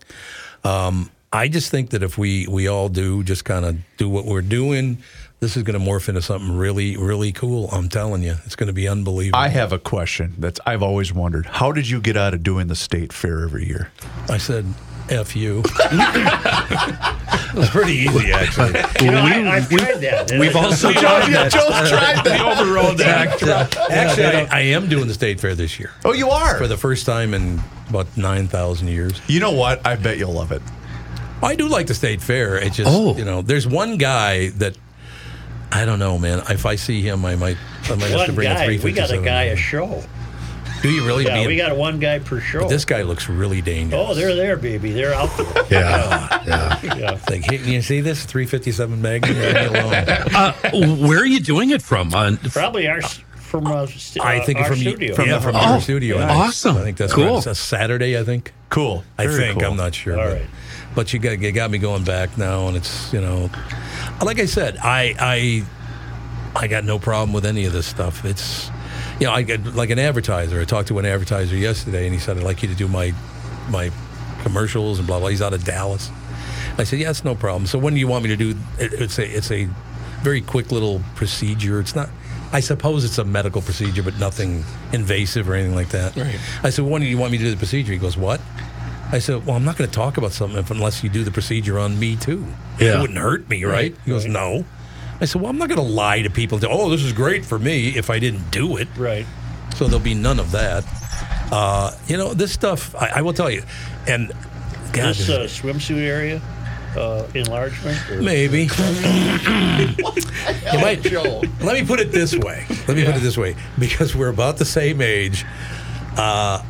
S4: Um, I just think that if we we all do just kind of do what we're doing, this is going to morph into something really really cool. I'm telling you, it's going to be unbelievable.
S1: I have a question that's I've always wondered. How did you get out of doing the state fair every year?
S4: I said, "F you." It's pretty easy, actually.
S2: You know, I, have tried that. and
S6: We've
S2: I-
S6: also
S1: yeah, Joe's tried that.
S5: overall
S6: attacked.
S4: Actually, I, I am doing the state fair this year
S1: Oh, you are.
S4: for the first time in about nine thousand years.
S1: you know what? I bet you'll love it.
S4: I do like the state fair. It just,
S6: Oh.
S4: you know, there's one guy that I don't know, man. If I see him, I might, I might have to
S2: One
S4: bring a
S2: guy.
S4: three.
S2: We got a guy a show.
S4: Do you really?
S2: Yeah,
S4: Being-
S2: we got one guy per show.
S4: This guy looks really dangerous.
S2: Oh, they're there, baby. They're out there.
S6: Yeah, yeah.
S2: Yeah.
S4: Like, hey, you see this 357 meg? Leave me alone.
S6: Uh, where are you doing it from? Uh, On
S2: Probably our s- from uh, st-
S4: I think
S2: our
S4: from
S2: studio.
S4: from,
S2: yeah.
S4: the, from
S6: Oh,
S4: our studio. I think.
S6: awesome.
S4: I think that's
S6: Cool.
S4: right. It's a Saturday. I think.
S1: Cool.
S4: I
S1: Very
S4: think
S1: cool.
S4: I'm not sure.
S2: All
S4: but,
S2: right.
S4: but you got you got me going back now, and it's you know, like I said, I I I got no problem with any of this stuff. It's you know, I get like an advertiser. I talked to an advertiser yesterday, and he said I'd like you to do my my commercials and blah blah. He's out of Dallas. I said, yeah, it's no problem. So when do you want me to do? It, it's a it's a very quick little procedure. It's not. I suppose it's a medical procedure, but nothing invasive or anything like that. Right. I said, when do you want me to do the procedure? He goes, what? I said, well, I'm not going to talk about something if, unless you do the procedure on me too.
S6: Yeah.
S4: It wouldn't hurt me, right? He goes, no. I said, well, I'm not going to lie to people. and say, oh, this is great for me if I didn't do it.
S2: Right.
S4: So there'll be none of that. Uh, you know, this stuff, I, I will tell you. And God,
S2: This uh, swimsuit area uh, enlargement. or-
S4: Maybe. You might- Let me put it this way. Let me put it this way. Because we're about the same age. Uh,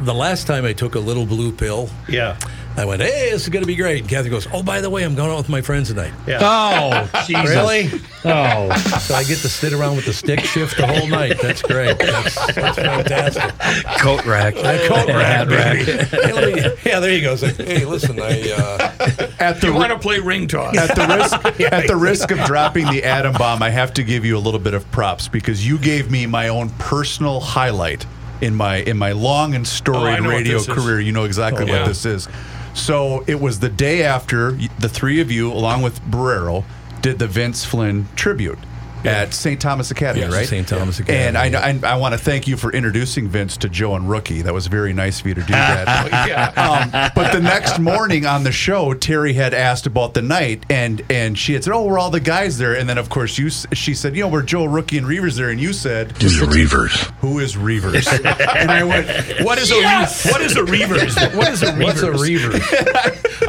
S4: the last time I took a little blue pill,
S2: Yeah.
S4: I went, hey, this is going to be great. And Kathy goes, oh, by the way, I'm going out with my friends tonight.
S2: Yeah.
S6: Oh, Jesus.
S4: Really?
S6: Oh.
S4: So I get to sit around with the stick shift the whole night. That's great. That's, that's fantastic.
S6: coat rack.
S4: Coat rack,
S6: Hat rack.
S4: baby. Hey, let me- yeah, there you go. It's like, hey, listen, I. Uh,
S1: At
S5: You
S1: the
S5: want to play ring toss?
S1: at the risk at the risk of dropping the atom bomb, I have to give you a little bit of props because you gave me my own personal highlight in my in my long and
S5: Oh, I
S1: storied
S5: know what
S1: radio
S5: this is.
S1: career. You know exactly
S5: yeah.
S1: what this is. So it was the day after y- the three of you, along with Barrero, did the Vince Flynn tribute. at St. Thomas Academy,
S4: Yes,
S1: right?
S4: St. Thomas Academy.
S1: And I, I, I want to thank you for introducing Vince to Joe and Rookie. That was very nice of you to do that. um, but the next morning on the show, Terry had asked about the night, and and she had said, "Oh, we're all the guys there." And then of course you, s- she said, "You know, we're Joe Rookie and Reavers there," and you said,
S10: Who's a Reavers?
S1: Who is Reavers? and I went,
S5: What is a re- what is a Reavers? What is a Reavers?
S4: What's a Reavers?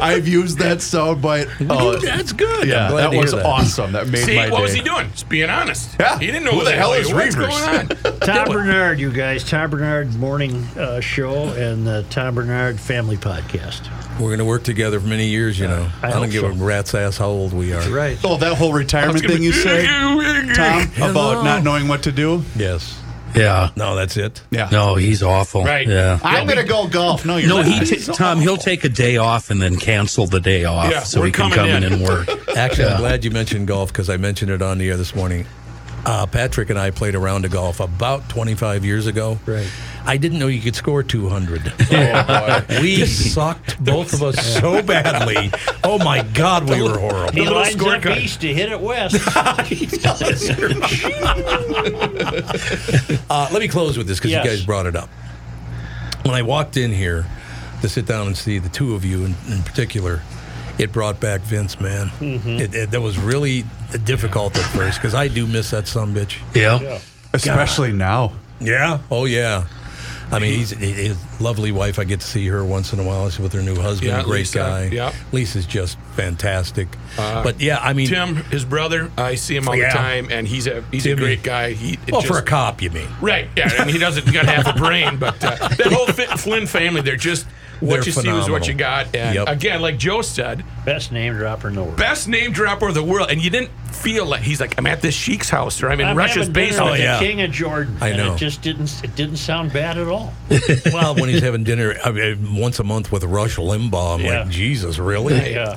S1: I've used that soundbite. uh,
S5: That's good.
S1: yeah,
S4: glad
S1: that
S4: to hear
S1: was
S4: that.
S1: awesome. That made
S5: See,
S1: my
S5: what was
S1: day.
S5: he doing? Just being honest.
S1: Yeah.
S5: He didn't know
S1: Who
S5: what
S1: the
S5: they
S1: hell
S5: were.
S1: is
S5: What's
S1: Reavers?
S5: going on?
S2: Tom Bernard, you guys. Tom Bernard Morning uh, Show and the Tom Bernard Family Podcast.
S4: We're going to work together for many years, you know.
S2: I
S4: I, don't
S2: hope
S4: give
S2: so.
S4: a rat's ass how old we are.
S2: Right.
S1: Oh, that whole retirement thing you said, Tom, about not knowing what to do.
S4: Yes.
S6: Yeah.
S4: No, that's it.
S1: Yeah.
S6: No, he's awful.
S5: Right.
S6: Yeah.
S1: I'm gonna go golf. No, you're
S6: No,
S1: not.
S6: he ta- Tom. He'll take a day off and then cancel the day off
S5: Yeah,
S6: so
S5: we're
S6: he can
S5: coming in.
S6: come in, and work.
S4: Actually, I'm glad you mentioned golf because I mentioned it on the air this morning. Uh, Patrick and I played a round of golf about 25 years ago. Right. I didn't know you could score 200. we sucked, both of us, so badly. Oh my God, we were horrible.
S2: He lines up
S5: scorecard.
S2: east to hit it west.
S4: Uh, let me close with this because
S2: Yes.
S4: you guys brought it up. When I walked in here to sit down and see the two of you in, in particular, it brought back Vince, man. It, it, that was really difficult at first because I do miss that son bitch.
S6: Yeah.
S1: especially now.
S4: Yeah. Oh yeah. I mean, he's he- his lovely wife. I get to see her once in a while. She's with her new husband,
S5: Yeah,
S4: a great
S5: Lisa.
S4: guy.
S5: Yeah.
S4: Lisa's just fantastic.
S2: Uh,
S4: but yeah, I mean,
S5: Tim, his brother, I see him all
S4: Yeah.
S5: the time, and he's a he's a
S4: Timmy.
S5: great guy. He it
S4: well, for a
S5: just-
S4: cop, you mean?
S5: right? Yeah, and he doesn't he got half a brain, but uh, that whole Fit- Flynn family—they're just what
S4: They're
S5: you see is what you
S4: phenomenal.
S5: got. And
S4: Yep.
S5: again, like Joe said,
S2: Best name dropper in the world.
S5: best name dropper of the world, and you didn't feel like he's like I'm at this sheik's house or I'm in
S2: I'm
S5: Russia's
S2: having dinner
S5: basement.
S2: with the
S1: Oh,
S4: yeah.
S2: King of Jordan.
S4: I
S2: And
S4: know.
S2: it just didn't. It didn't sound bad at all.
S4: well, Uh, when he's having dinner I mean, once a month with Rush Limbaugh, I'm
S2: Yeah.
S4: like, Jesus, really?
S2: Yeah.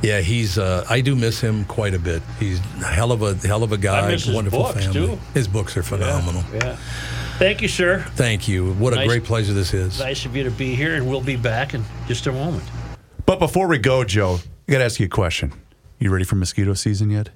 S4: Yeah, he's. Uh, I do miss him quite a bit. He's a hell of a hell of a guy.
S2: miss his
S4: wonderful
S2: books,
S4: family.
S2: too.
S4: His books are phenomenal.
S2: Yeah. Thank you, sir.
S4: Thank you. What a
S2: Nice-
S4: great pleasure this is.
S2: Nice of you to be here, and we'll be back in just a moment.
S1: But before we go, Joe, I got to ask you a question. You ready for mosquito season yet?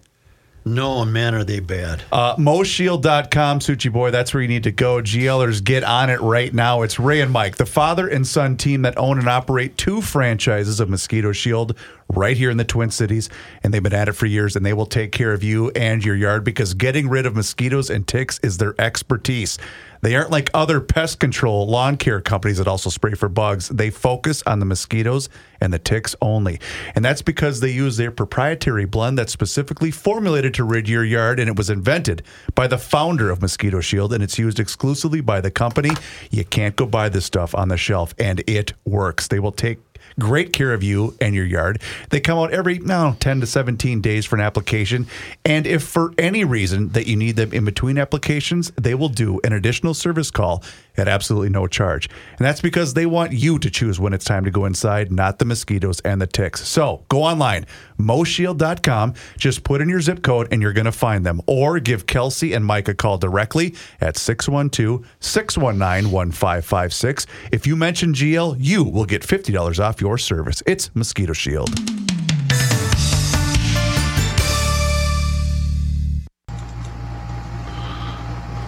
S2: No, man, are they bad?
S1: Uh, MoShield.com, Suchi Boy, that's where you need to go. GLers, get on it right now. It's Ray and Mike, the father and son team that own and operate two franchises of Mosquito Shield right here in the Twin Cities. And they've been at it for years, and they will take care of you and your yard because getting rid of mosquitoes and ticks is their expertise. They aren't like other pest control lawn care companies that also spray for bugs. They focus on the mosquitoes and the ticks only. And that's because they use their proprietary blend that's specifically formulated to rid your yard and it was invented by the founder of Mosquito Shield and it's used exclusively by the company. You can't go buy this stuff on the shelf and it works. They will take great care of you and your yard. They come out every now 10 to 17 days for an application, and if for any reason that you need them in between applications, they will do an additional service call at absolutely no charge. And that's because they want you to choose when it's time to go inside, not the mosquitoes and the ticks. So, go online moshield.com, just put in your zip code and you're going to find them or give Kelsey and Mike a call directly at 612-619-1556. If you mention GL, you will get $50 off your service. It's Mosquito Shield.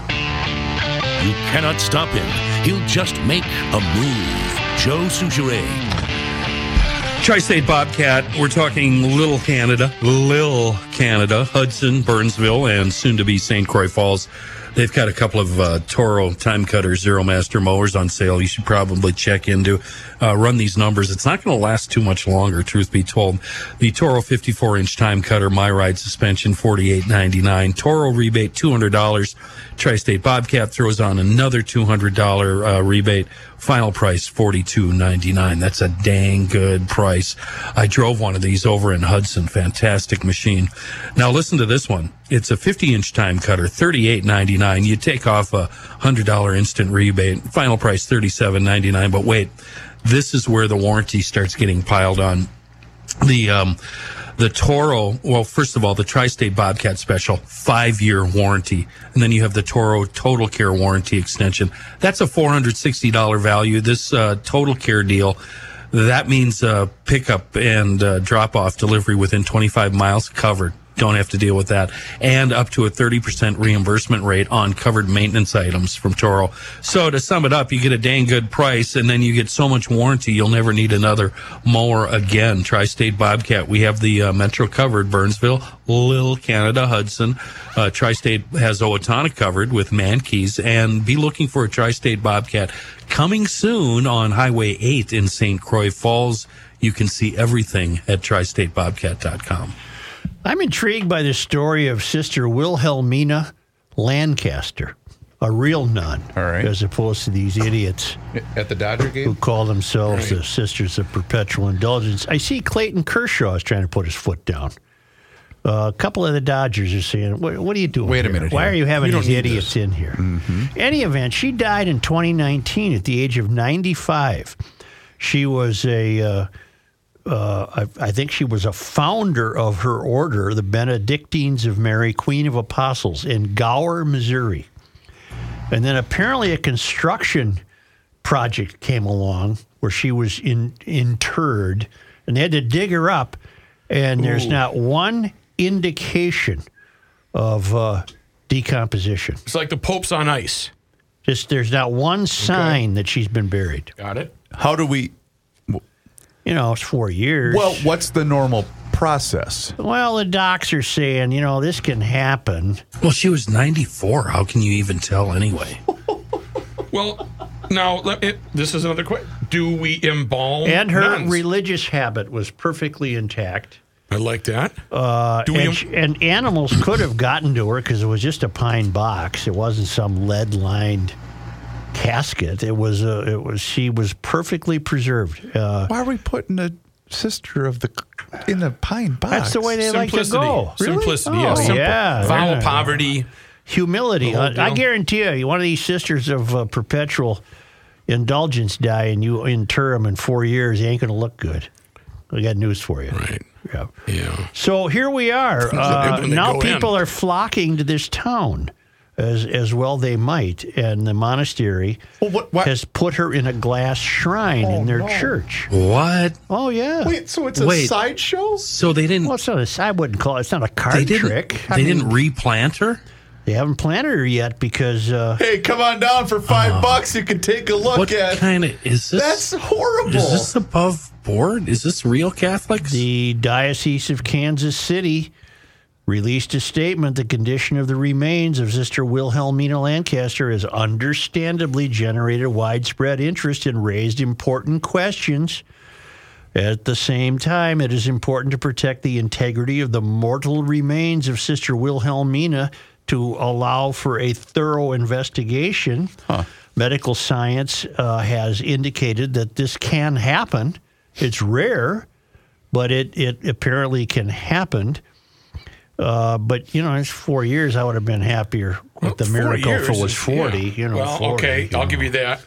S10: You cannot stop him. He'll just make a move. Joe Souchere.
S6: Tri-State Bobcat. We're talking Little Canada, Lil Canada, Hudson, Burnsville, and soon to be St. Croix Falls. They've got a couple of uh, Toro time cutters, zero master mowers on sale. You should probably check into uh, run these numbers. It's not going to last too much longer. Truth be told, the Toro 54 inch time cutter, my ride suspension, 48.99. Toro rebate $200. Tri-State Bobcat throws on another $200 uh, rebate. Final price forty two ninety nine. That's a dang good price. I drove one of these over in Hudson. Fantastic machine. Now listen to this one. It's a fifty inch time cutter, thirty eight ninety nine. You take off a hundred dollar instant rebate. Final price thirty seven ninety nine. But wait, this is where the warranty starts getting piled on the um the Toro, well, first of all, the Tri-State Bobcat Special, five-year warranty, and then you have the Toro Total Care warranty extension. That's a four hundred sixty dollar value. This uh, Total Care deal, that means uh, pickup and uh, drop-off delivery within twenty-five miles covered. don't have to deal with that. And up to a 30% reimbursement rate on covered maintenance items from Toro. So to sum it up, you get a dang good price and then you get so much warranty, you'll never need another mower again. Tri State Bobcat. We have the uh, Metro covered, Burnsville, Little Canada, Hudson. Uh, Tri State has Owatonna covered with Mankeys and be looking for a Tri State Bobcat coming soon on Highway 8 in St. Croix Falls. You can see everything at tristatebobcat.com.
S2: I'm intrigued by the story of Sister Wilhelmina Lancaster, a real nun, All right. as opposed to these idiots
S1: At the Dodger
S2: who
S1: game?
S2: call themselves
S1: Right.
S2: the Sisters of Perpetual Indulgence. I see Clayton Kershaw is trying to put his foot down. Uh, a couple of the Dodgers are saying, "What, what are you doing?
S1: Wait a
S2: here?
S1: minute
S2: Why
S1: here.
S2: are you having
S1: You don't
S2: these
S1: need Mm-hmm.
S2: idiots in here?" Any event, she died in 2019 at the age of 95. She was a, uh, uh, I, I think she was a founder of her order, the Benedictines of Mary, Queen of Apostles, in Gower, Missouri. And then apparently a construction project came along where she was in, interred, and they had to dig her up. And there's not one indication of uh, decomposition.
S5: It's like the Pope's on ice.
S2: Just there's not one sign that she's been buried.
S5: Got it?
S1: How do we?
S2: You know, it's four years.
S1: Well, what's the normal process?
S2: well, the docs are saying, you know, this can happen.
S6: Well, she was 94. How can you even tell anyway?
S5: Well, now let it, this is another question. Do we embalm
S2: And her
S5: nuns?
S2: religious habit was perfectly intact.
S5: I like that.
S2: Uh,
S5: Do we
S2: and,
S5: em-
S2: sh- and animals could have gotten to her because it was just a pine box. It wasn't some lead lined casket. It was a, it was she was perfectly preserved. Uh,
S1: Why are we putting a sister of the in a pine box?
S2: that's the way they like to go. Oh,
S5: Ah, Simplicity. Yeah. Simple.
S2: yeah.
S5: Vowel
S2: Yeah.
S5: poverty.
S2: humility.
S5: The whole
S2: I, I
S5: deal.
S2: guarantee you, one of these sisters of uh, perpetual indulgence die, and you inter them in four years. They ain't going to look good. I got news for you.
S5: Right.
S2: Yeah.
S5: Yeah.
S2: So here we are. Uh,
S5: When they
S2: now
S5: go
S2: people
S5: in.
S2: are flocking to this town, as as well they might, and the monastery
S1: Well, what, why,
S2: has put her in a glass shrine in their church.
S6: What?
S2: Oh yeah.
S1: wait, so it's a
S6: Wait.
S1: sideshow?
S6: So they didn't.
S2: Well, it's not a, I wouldn't call it. It's not a
S6: they
S2: card
S6: didn't.
S2: trick.
S6: They didn't replant her.
S2: They haven't planted her yet because uh,
S1: Hey, come on down for five bucks. You can take a look
S6: Oh. What
S1: at.
S6: kind of is this?
S1: That's horrible.
S6: Is this above board? Is this real Catholics?
S2: The Diocese of Kansas City released a statement the condition of the remains of Sister Wilhelmina Lancaster has understandably generated widespread interest and raised important questions. At the same time, it is important to protect the integrity of the mortal remains of Sister Wilhelmina to allow for a thorough investigation. Medical science uh, has indicated that this can happen. It's rare, but it, it apparently can happen. Uh, but you know, it's four years. I would have been happier if the
S5: Four
S2: miracle if it
S5: years
S2: was
S5: is-
S2: forty.
S5: yeah.
S2: You know,
S5: Well,
S2: 40,
S5: okay,
S2: you
S5: I'll
S2: know.
S5: give you that.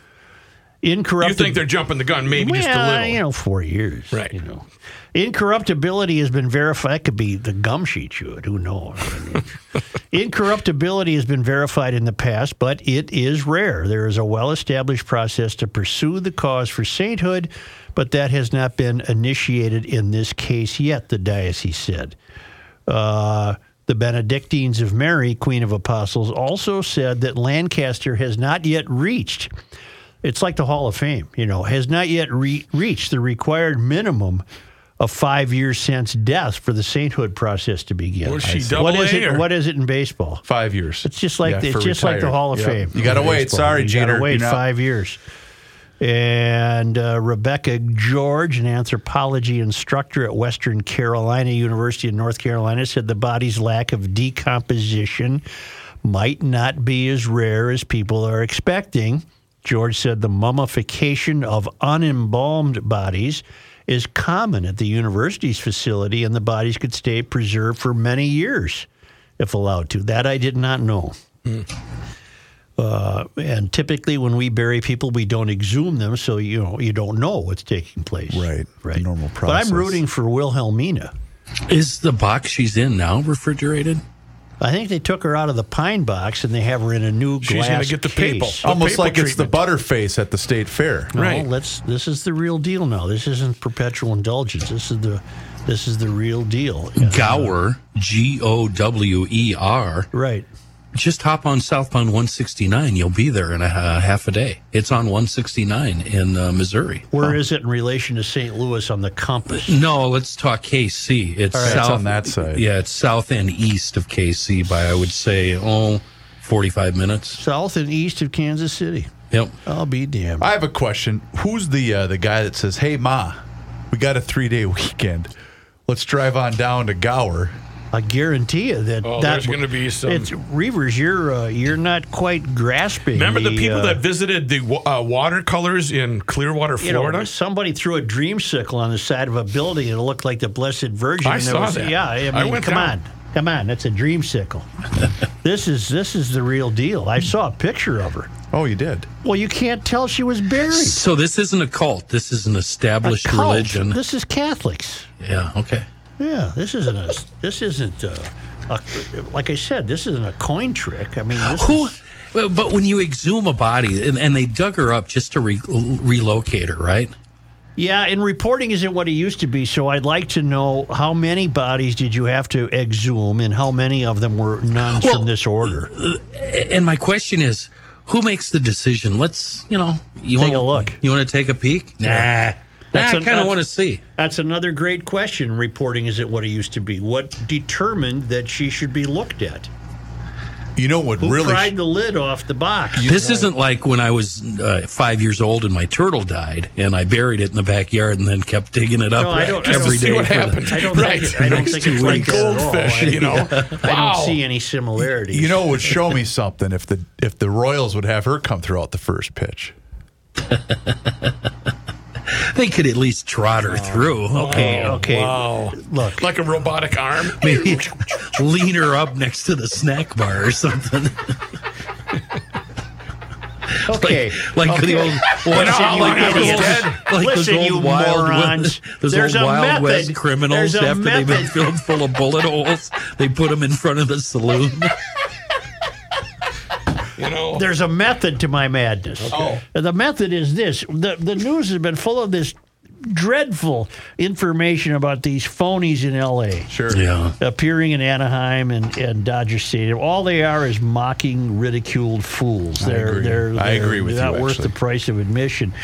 S5: You
S2: incorruptible.
S5: think they're jumping the gun, maybe just a
S2: Well,
S5: little.
S2: You know, four years.
S5: Right.
S2: You know, incorruptibility has been verified. That could be the gum sheet you had. Who knows? incorruptibility has been verified in the past, but it is rare. There is a well-established process to pursue the cause for sainthood, but that has not been initiated in this case yet. The diocese said. Uh, the Benedictines of Mary, Queen of Apostles, also said that Lancaster has not yet reached, it's like the Hall of Fame, you know, has not yet re- reached the required minimum of five years since death for the sainthood process to begin.
S5: Was she
S2: I see. what
S5: double
S2: is
S5: A
S2: it?
S5: or-
S2: What is it in baseball?
S1: Five years.
S2: It's just like
S1: Yeah,
S2: the,
S1: for
S2: it's just like the
S1: retired.
S2: Hall of
S1: Yep.
S2: Fame.
S1: You gotta
S2: in
S1: wait.
S2: baseball.
S1: Sorry,
S2: you
S1: Jeter.
S2: Gotta wait
S1: You're not-
S2: five years. And uh, Rebecca George, an anthropology instructor at Western Carolina University in North Carolina, said the body's lack of decomposition might not be as rare as people are expecting. George said the mummification of unembalmed bodies is common at the university's facility, and the bodies could stay preserved for many years if allowed to. That I did not know. Uh, and typically, when we bury people, we don't exhume them, so you know you don't know what's taking place.
S1: Right.
S2: right.
S1: Normal process.
S2: But I'm rooting for Wilhelmina.
S6: Is the box she's in now refrigerated?
S2: I think they took her out of the pine box and they have her in a new
S5: She's
S2: glass
S5: gonna get the
S2: case.
S5: papal.
S1: Almost
S5: papal
S1: like it's the butterface at the state fair.
S2: No,
S5: Right.
S2: let's. This is the real deal now. This isn't perpetual indulgence. This is the This is the real deal.
S6: Gower, G O W E R.
S2: Right.
S6: Just hop on southbound 169. You'll be there in a, ha- half a day. It's on 169 in uh, Missouri.
S2: Where is it in relation to St. Louis on the compass?
S6: No, let's talk KC. It's
S2: All right, it's
S6: south
S2: on
S1: that side.
S6: Yeah, it's south and east of KC by I would say oh 45 minutes.
S2: South and east of Kansas City.
S6: Yep.
S2: I'll be damned.
S1: I have a question. Who's the uh, the guy that says, "Hey, ma, we got a three day weekend. Let's drive on down to Gower."
S2: I guarantee you that
S5: Oh,
S2: that
S5: there's going to be some.
S2: It's Reavers. You're uh, you're not quite grasping.
S5: Remember the, people
S2: uh,
S5: that visited the wa- uh, watercolors in Clearwater,
S2: you know,
S5: Florida?
S2: somebody threw a dreamsicle on the side of a building and it looked like the Blessed Virgin.
S5: I
S2: and there
S5: saw
S2: was-
S5: that.
S2: Yeah, I mean,
S5: I went
S2: come
S5: down.
S2: on, come on, that's a dreamsicle. this is this is the real deal. I saw a picture of her.
S1: Oh, you did.
S2: Well, you can't tell she was buried.
S6: So this isn't a cult. This is an established
S2: A cult.
S6: religion.
S2: This is Catholics.
S6: yeah, okay.
S2: Yeah, this isn't a. This isn't a, a. Like I said, this isn't a coin trick. I mean, this
S6: Who?
S2: is-
S6: well, But when you exhume a body and, and they dug her up just to re- relocate her, right?
S2: yeah, and reporting isn't what it used to be. So I'd like to know how many bodies did you have to exhume, and how many of them were nuns
S6: Well-
S2: from this order?
S6: And my question is, who makes the decision? Let's you know you
S2: Take
S6: wanna,
S2: a look.
S6: You want to take a peek? Nah.
S2: That's
S6: Nah, I
S2: an-
S6: kind of
S2: that's-
S6: want to see.
S2: That's another great question. Reporting isn't what it used to be. What determined that she should be looked at?
S1: You know what
S2: Who
S1: really?
S2: pried the lid off the box?
S6: this isn't like when I was uh, five years old and my turtle died, and I buried it in the backyard and then kept digging it up
S2: No, I don't- Just to
S6: every
S2: see
S6: day
S5: what
S6: for the-
S5: happened.
S2: I don't
S5: Right.
S2: think, it- I don't
S6: Next
S2: think
S6: two
S2: it's like
S6: weeks.
S2: that at all.
S5: Goldfish,
S2: I-
S5: you know.
S2: I
S5: Wow.
S2: don't see any similarities.
S1: You know, it would show me something if the if the Royals would have her come throughout the first pitch.
S6: They could at least trot
S2: Oh.
S6: her through.
S2: okay, okay.
S5: Wow.
S2: Look,
S5: Oh, Like a robotic arm.
S6: Maybe lean her up next to the snack bar or something.
S2: okay.
S6: Like
S2: okay.
S6: the old,
S2: Listen,
S5: how
S2: you
S5: long I was
S2: idiots.
S5: dead?
S6: like those
S2: Listen,
S6: old
S2: you
S6: wild,
S2: morons.
S6: those
S2: There's
S6: old
S2: a
S6: Wild
S2: method.
S6: West criminals
S2: There's a
S6: after they've been
S2: method.
S6: filled full of bullet holes, they put them in front of the saloon.
S5: You know,
S2: There's a method to my madness.
S1: Oh.
S2: And The method is this: the the news has been full of this dreadful information about these phonies in L.A.
S1: Sure.
S6: yeah.
S2: appearing in Anaheim and, and Dodger Stadium. All they are is mocking, ridiculed fools. They're
S1: agree.
S2: they're,
S1: I
S2: they're
S1: agree with
S2: not
S1: you,
S2: worth
S1: actually.
S2: the price of admission.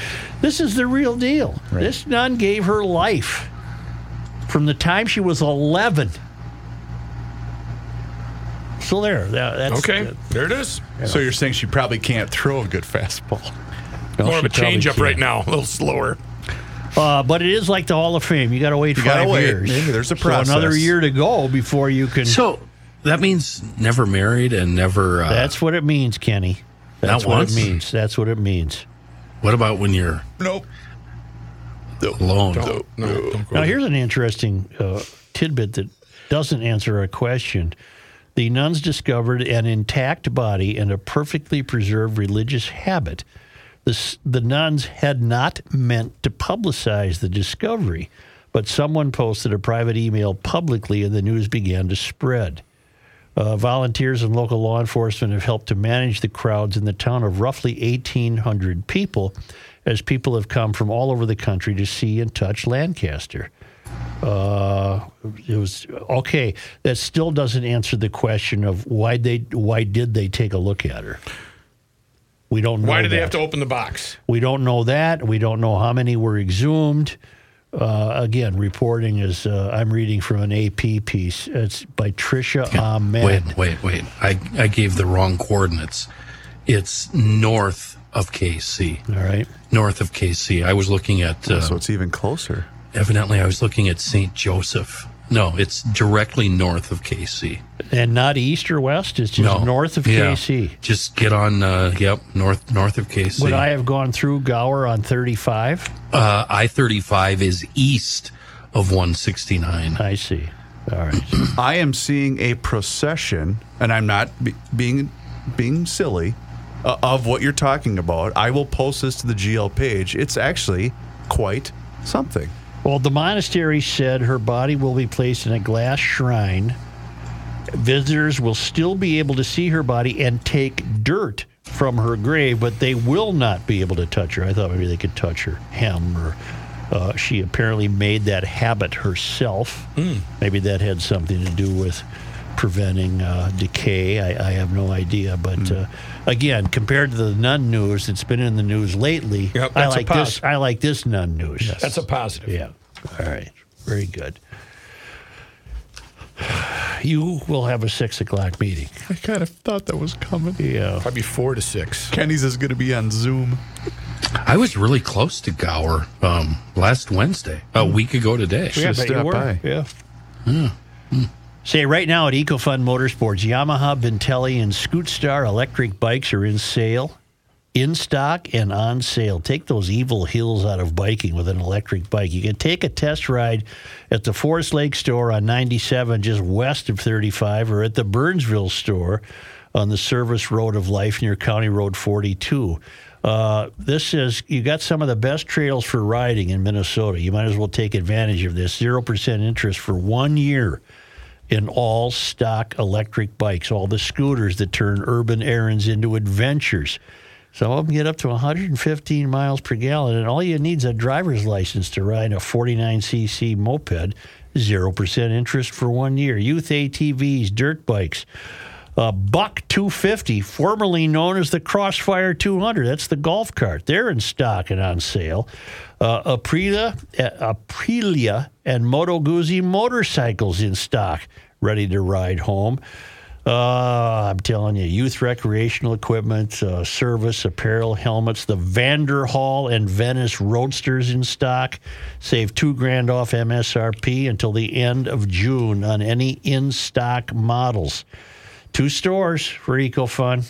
S2: This is the real deal. This nun gave her life from the time she was eleven. So there, that, that's
S5: okay, there it is.
S1: So you're saying she probably can't throw a good fastball.
S5: More of a
S2: Oh, she probably
S5: change up
S2: can't.
S5: right now, a little slower.
S2: Uh, but it is like the Hall of Fame. You got to wait
S1: You gotta
S2: five
S1: wait.
S2: years.
S1: Maybe there's a
S2: So another
S1: process.
S2: year to go before you can.
S6: So that means never married and never. Uh,
S2: that's what it means, Kenny. That's what
S6: once?
S2: it means. That's what it means.
S6: what about when you're
S1: Nope.
S6: alone?
S5: Oh, No, don't go
S2: Now,
S5: there.
S2: here's an interesting uh, tidbit that doesn't answer our question. The nuns discovered an intact body and a perfectly preserved religious habit. The, s- the nuns had not meant to publicize the discovery, but someone posted a private email publicly and the news began to spread. Uh, volunteers and local law enforcement have helped to manage the crowds in the town of roughly 1,800 people as people have come from all over the country to see and touch Lancaster. Uh, it was okay. That still doesn't answer the question of why they why did they take a look at her. We don't know.
S5: Why do they
S2: that.
S5: have to open the box?
S2: We don't know that. We don't know how many were exhumed. Uh, again, reporting is uh, I'm reading from an AP piece. It's by Tricia Ahmed.
S6: Wait, wait, wait. I, I gave the wrong coordinates. It's north of KC.
S2: All right.
S6: North of KC. I was looking at, uh,
S1: So it's even closer.
S6: evidently, I was looking at St. Joseph. No, it's directly north of KC.
S2: And not east or west, it's just
S6: no.
S2: north of
S6: Yeah.
S2: KC.
S6: Just get on, uh, yep, north north of KC.
S2: Would I have gone through Gower on 35?
S6: uh, I 35 is east of 169.
S2: I see. All right.
S1: I am seeing a procession, and I'm not be- being being silly uh, of what you're talking about. I will post this to the GL page. It's actually quite something.
S2: Well, the monastery said her body will be placed in a glass shrine. Visitors will still be able to see her body and take dirt from her grave, but they will not be able to touch her. I thought maybe they could touch her hem or Uh, she apparently made that habit herself.
S5: Hmm.
S2: Maybe that had something to do with preventing uh, decay. I, I have no idea. But
S5: Hmm.
S2: uh, again, compared to the nun news that's been in the news lately,
S5: Yep,
S2: I
S5: that's a
S2: like this.
S5: positive.
S2: I like this nun news.
S5: That's a positive.
S2: Yeah. All right. Very good. You will have a six o'clock meeting.
S1: I kind of thought that was coming.
S2: Yeah.
S5: Probably four to six.
S1: Kenny's is going to be on Zoom.
S6: I was really close to Gower um, last Wednesday, a week ago today.
S1: Should've
S2: but you
S1: stopped
S2: were.
S1: by.
S2: Yeah. Say Hmm. right now at EcoFund Motorsports, Yamaha, Bentelli, and Scootstar electric bikes are in sale, in stock, and on sale. Take those evil hills out of biking with an electric bike. You can take a test ride at the Forest Lake store on 97, just west of 35, or at the Burnsville store on the service road of life near County Road 42. Uh, this is you got some of the best trails for riding in Minnesota. You might as well take advantage of this. Zero percent interest for one year in all stock electric bikes, all the scooters that turn urban errands into adventures. Some of them get up to 115 miles per gallon, and all you need is a driver's license to ride a 49cc moped. 0% interest for one year. Youth ATVs, dirt bikes. Uh, Buck 250, formerly known as the Crossfire 200. That's the golf cart. They're in stock and on sale. Uh, Aprilia, uh, Aprilia and Moto Guzzi motorcycles in stock, ready to ride home. Uh, I'm telling you, youth recreational equipment, uh, service, apparel, helmets, the Vanderhall and Venice Roadsters in stock. Save two grand off MSRP until the end of June on any in stock models two stores for EcoFun.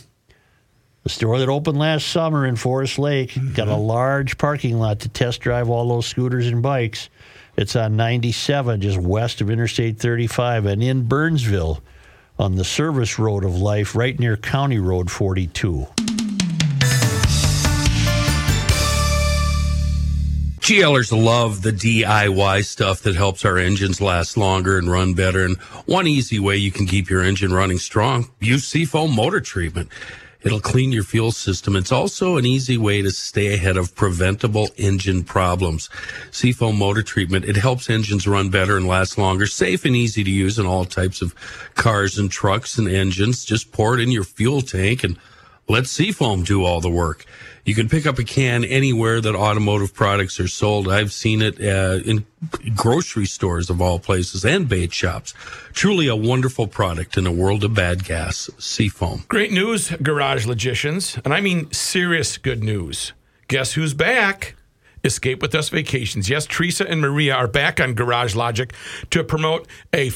S2: The store that opened last summer in Forest Lake got a large parking lot to test drive all those scooters and bikes. It's on 97, just west of Interstate 35, and in Burnsville on the service road of life, right near County Road 42.
S6: GLers love the DIY stuff that helps our engines last longer and run better. And one easy way you can keep your engine running strong, use Seafoam motor treatment. It'll clean your fuel system. It's also an easy way to stay ahead of preventable engine problems. Seafoam motor treatment, it helps engines run better and last longer, safe and easy to use in all types of cars and trucks and engines. Just pour it in your fuel tank and let Seafoam do all the work. You can pick up a can anywhere that automotive products are sold. I've seen it uh, in grocery stores of all places and bait shops. Truly a wonderful product in a world of bad gas, Seafoam.
S5: Great news, garage logicians, and I mean serious good news. Guess who's back? Escape with Us Vacations. Yes, Teresa and Maria are back on Garage Logic to promote a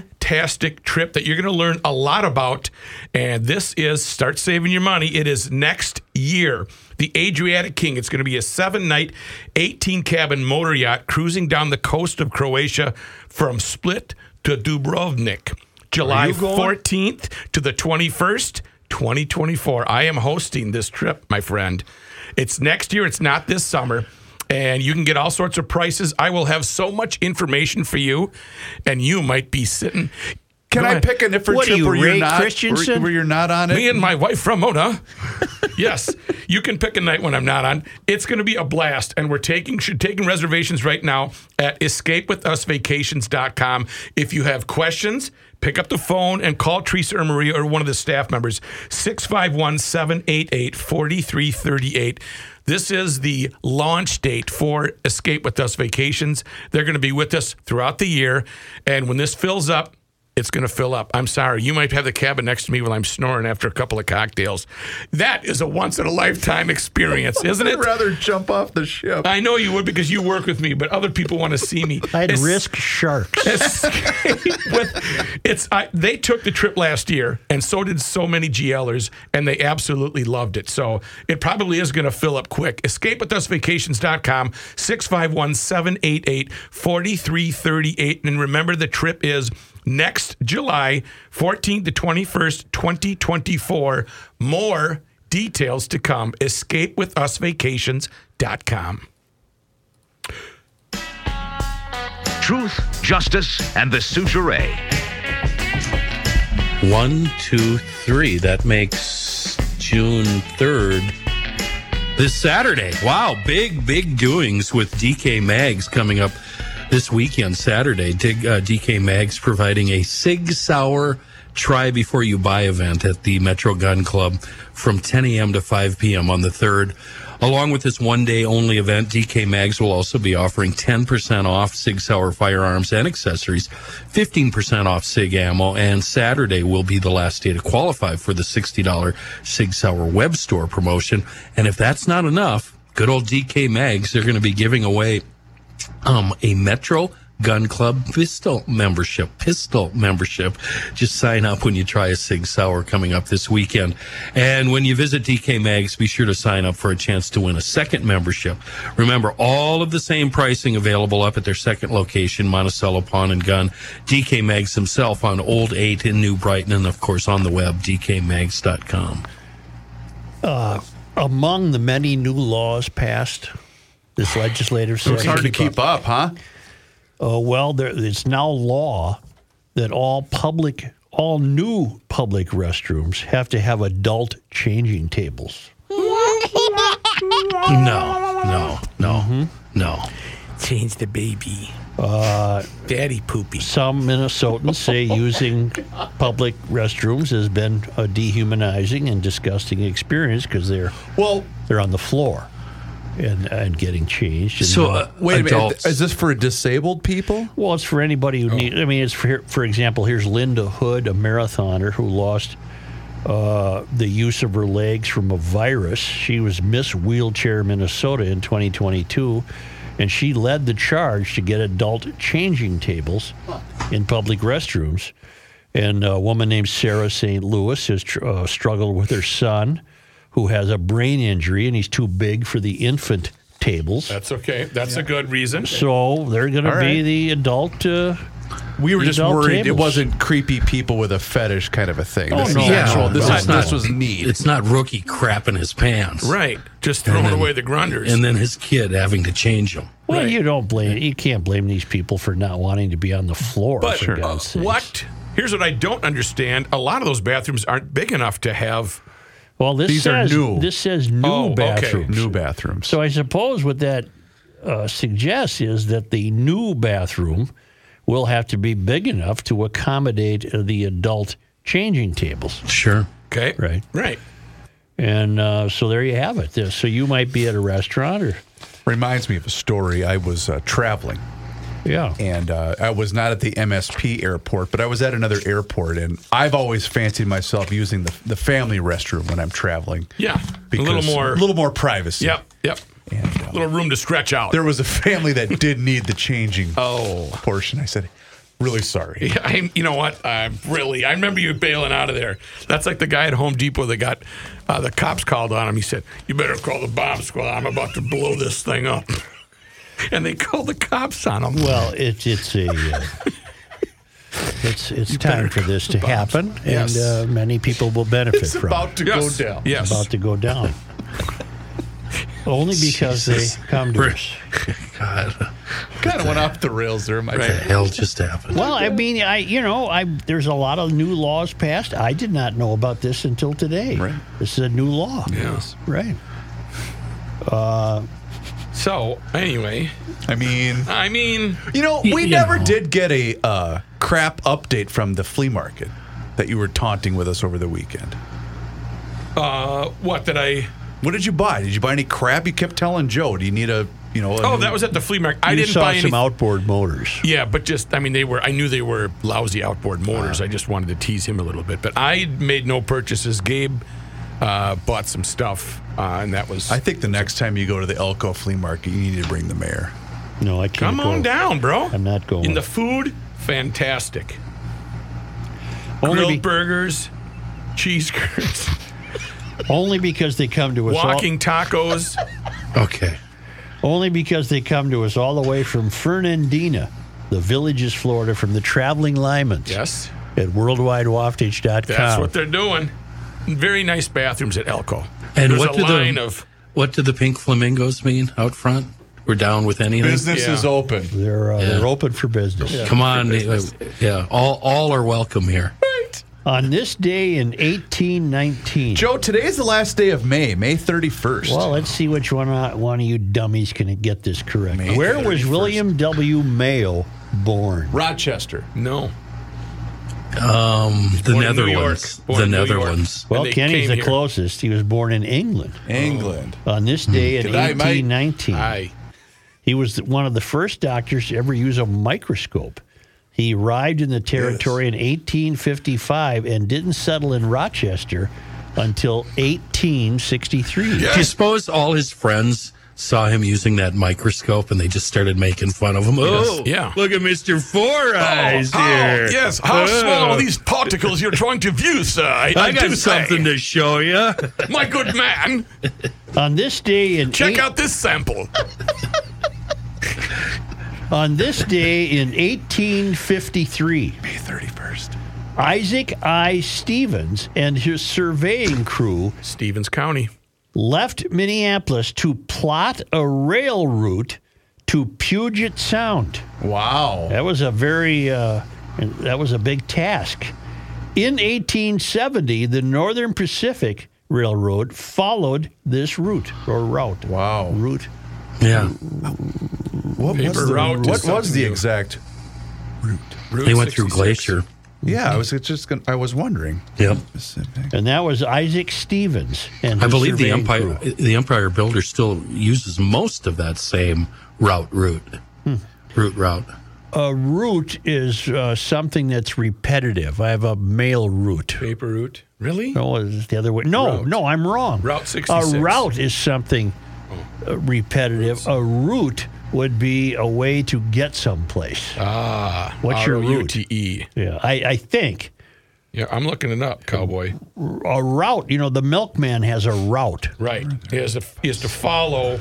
S5: fantastic trip that you're going to learn a lot about. And this is Start Saving Your Money. It is next year. The Adriatic King. It's going to be a seven night, 18 cabin motor yacht cruising down the coast of Croatia from Split to Dubrovnik. July
S2: you going?
S5: 14th to the 21st, 2024. I am hosting this trip, my friend. It's next year, it's not this summer. And you can get all sorts of prices. I will have so much information for you, and you might be sitting.
S1: Can
S5: Go
S1: I
S5: ahead.
S1: pick a different
S2: What are
S1: trip
S2: you,
S1: where you're
S2: Ray
S1: not
S2: Christensen?
S1: Where, where you're not on it?
S5: Me and my wife Ramona. yes, you can pick a night when I'm not on. It's going to be a blast, and we're taking should taking reservations right now at escapewithusvacations.com. If you have questions, pick up the phone and call Teresa or Maria or one of the staff members 651-788-4338. This is the launch date for Escape with Us Vacations. They're going to be with us throughout the year, and when this fills up, it's going to fill up. I'm sorry. You might have the cabin next to me while I'm snoring after a couple of cocktails. That is a once in a lifetime experience, isn't it?
S1: I'd rather jump off the ship.
S5: I know you would because you work with me, but other people want to see me.
S2: I'd
S5: It's-
S2: risk sharks.
S5: escape with it's I, they took the trip last year and so did so many glers and they absolutely loved it so it probably is going to fill up quick escape with us vacations.com 651-788-4338 and remember the trip is next july 14th to 21st 2024 more details to come escape with us vacations.com
S12: Truth, justice, and the suture.
S6: One, two, three. That makes June 3rd this Saturday. Wow, big, big doings with DK Mags coming up this weekend, Saturday. Dig, uh, DK Mags providing a Sig Sauer Try Before You Buy event at the Metro Gun Club from 10 a.m. to 5 p.m. on the 3rd. Along with this one day only event, DK Mags will also be offering 10% off Sig Sauer firearms and accessories, 15% off Sig ammo, and Saturday will be the last day to qualify for the $60 Sig Sauer web store promotion. And if that's not enough, good old DK Mags, they're going to be giving away um, a Metro Gun Club pistol membership. Pistol membership. Just sign up when you try a Sig Sauer coming up this weekend. And when you visit DK Mags, be sure to sign up for a chance to win a second membership. Remember, all of the same pricing available up at their second location, Monticello Pawn and Gun. DK Mags himself on Old 8 in New Brighton, and of course on the web, dkmags.com.
S2: Uh, among the many new laws passed this legislative session.
S1: It's hard to keep up, huh?
S2: Uh, well, there, it's now law that all public, all new public restrooms have to have adult changing tables.
S6: No, no, no, no.
S13: Change the baby.
S2: Uh,
S13: Daddy poopy.
S2: Some Minnesotans say using public restrooms has been a dehumanizing and disgusting experience because they're
S1: well,
S2: they're on the floor and and getting changed. and
S6: So,
S2: not-
S6: uh, Wait a minute, adults-
S1: Is this for disabled people?
S2: Well, it's for anybody
S5: Oh.
S2: who needs. I mean, it's for for example, here's Linda Hood, a marathoner who lost uh, the use of her legs from a virus. She was Miss Wheelchair Minnesota in 2022, and she led the charge to get adult changing tables in public restrooms. And a woman named Sarah St. Louis has tr- uh, struggled with her son, who has a brain injury, and he's too big for the infant tables.
S5: That's okay. That's a good reason.
S2: So they're going to
S5: All
S2: be
S5: right.
S2: the adult. Uh,
S1: We were just
S2: adult
S1: worried it
S2: tables.
S1: wasn't creepy people with a fetish kind of a thing.
S2: Oh,
S1: this
S2: no.
S1: is
S2: Yeah.
S1: actual. This,
S6: No,
S1: was,
S6: it's not-
S1: this was neat.
S6: It's not rookie crap in his pants.
S5: Right. Just throwing
S6: then-
S5: away the grunders.
S6: And then his kid having to change him.
S2: Well, you don't blame you can't blame these people for not wanting to be on the floor.
S5: But
S2: for
S5: uh,
S2: God's sakes.
S5: what? Here's what I don't understand. A lot of those bathrooms aren't big enough to have.
S2: Well, this
S1: These are
S2: says
S1: new.
S2: this says new
S5: Oh, okay.
S2: bathrooms.
S1: New bathrooms.
S2: So I suppose what that uh, suggests is that the new bathroom will have to be big enough to accommodate uh, the adult changing tables,
S6: Sure.
S5: Okay.
S2: right?
S5: Right.
S2: And uh, so there you have it. This- So you might be at a restaurant, or
S1: Reminds me of a story. I was uh, traveling
S2: yeah,
S1: and uh, I was not at the MSP airport, but I was at another airport, and I've always fancied myself using the, the family restroom when I'm traveling.
S5: Yeah. A little
S1: because-
S5: more-
S1: a little more privacy. uh,
S5: Yep. Yep. A little room to stretch out.
S1: There was a family that did need the changing
S5: Oh.
S1: portion. I said, "Really sorry."
S5: Yeah, I, you know what? I'm really. I remember you bailing out of there. That's like the guy at Home Depot that got uh, the cops called on him. He said, "You better call the bomb squad. I'm about to blow this thing up." And they called the cops on him.
S2: Well, it's it's a uh, it's it's time for this to happen,
S5: Yes.
S2: and uh, many people will benefit
S1: It's
S2: from
S1: about
S2: it.
S1: to
S5: Yes.
S1: go down.
S5: Yes.
S2: About to go down. Only because
S6: Jesus.
S2: they come to us.
S6: God,
S1: Kind of went off the rails there, my
S6: what the
S1: friend.
S6: hell just happened?
S2: Well, I mean, I you know, I there's a lot of new laws passed. I did not know about this until today.
S1: Right.
S2: This is a new law.
S5: Yes.
S2: Right.
S5: So anyway,
S1: I mean,
S5: I mean,
S1: you know, we
S6: you
S1: never
S6: know.
S1: did get a uh, crap update from the flea market that you were taunting with us over the weekend.
S5: uh, what did I?
S1: What did you buy? Did you buy any crap? You kept telling Joe, "Do you need a you know?" a
S5: Oh,
S1: new-
S5: that was at the flea market. I
S2: you
S5: didn't
S2: saw
S5: buy
S2: some
S5: any.
S2: outboard motors.
S5: Yeah, but just I mean they were I knew they were lousy outboard motors. I just wanted to tease him a little bit. But I made no purchases. Gabe uh, bought some stuff, uh, and that was
S1: I think the next time you go to the Elko flea market, you need to bring the mayor.
S2: No, I can't.
S5: Come on
S2: go.
S5: down, bro.
S2: I'm not going.
S5: In the food, fantastic.
S2: Only
S5: Grilled
S2: be-
S5: burgers, cheese curds,
S2: Only because they come to us. all-
S5: walking tacos.
S6: Okay.
S2: Only because they come to us all the way from Fernandina, the villages, Florida, from the traveling Lymans
S5: Yes,
S2: at worldwidewaftage.com.
S5: that's what they're doing. Very nice bathrooms at Elko.
S6: And
S5: There's
S6: what
S5: a
S6: do the-
S5: line of
S6: What do the pink flamingos mean out front? We're down with anything.
S1: Business
S5: Yeah.
S1: is open.
S2: They're, uh,
S6: Yeah.
S2: they're open for business.
S6: Come on, uh, yeah. All all are welcome here.
S2: on this day in 1819.
S1: Joe, today is the last day of May, May 31st.
S2: Well, let's see which one uh, one of you dummies can get this correct. Where was William W. Mayo born?
S1: Rochester.
S5: No.
S6: Um, the
S5: Born in New
S6: Netherlands.
S5: York. Born
S6: The
S5: in New York.
S6: Netherlands.
S5: When
S2: Well,
S5: they
S2: Kenny's
S5: came
S2: the
S5: here.
S2: closest. He was born in England. Oh.
S1: England.
S2: On this day in
S1: Good night, mate.
S2: 1819, he was the- one of the first doctors to ever use a microscope. He arrived in the territory in 1855 and didn't settle in Rochester until 1863.
S6: Do you suppose all his friends saw him using that microscope and they just started making fun of him? Oh,
S5: Yeah.
S6: Look at Mr. Four Eyes
S5: Oh, how-
S6: here.
S5: yes, how
S6: Oh.
S5: small are these particles you're trying to view, sir? I,
S6: I got
S5: do
S6: something to show you.
S5: Say. My good man,
S2: On this day in
S5: check
S2: eight-
S5: out this sample.
S2: On this day in 1853, May
S5: 31st,
S2: Isaac I. Stevens and his surveying crew
S5: Stevens County.
S2: left Minneapolis to plot a rail route to Puget Sound.
S1: Wow.
S2: That was a very uh, that was a big task. In 1870, the Northern Pacific Railroad followed this route or route.
S1: Wow.
S2: Route.
S6: Yeah.
S1: What
S5: Paper
S1: was the,
S5: route is
S1: what was
S5: something
S1: the
S5: new.
S1: exact?
S5: Route
S6: They went through
S5: 66.
S6: Glacier.
S1: Yeah, I was just gonna, I was wondering.
S6: Yep.
S1: Pacific.
S2: And that was Isaac Stevens and
S6: I
S2: his
S6: believe the
S2: surveying
S6: Empire
S2: crew.
S6: the Empire Builder still uses most of that same route route. Route route.
S2: A route is uh, something that's repetitive. I have a mail route.
S5: Paper route. Really?
S2: No, it's the other way. No,
S5: Route.
S2: no, I'm wrong.
S5: Route 66.
S2: A route is something uh, repetitive. A route would be a way to get someplace.
S5: Ah,
S2: What's your route?
S5: R-O-U-T-E.
S2: Yeah, I, I think
S5: Yeah, I'm looking it up, cowboy.
S2: a route. You know, the milkman has a route,
S5: Right. He has to, he has to follow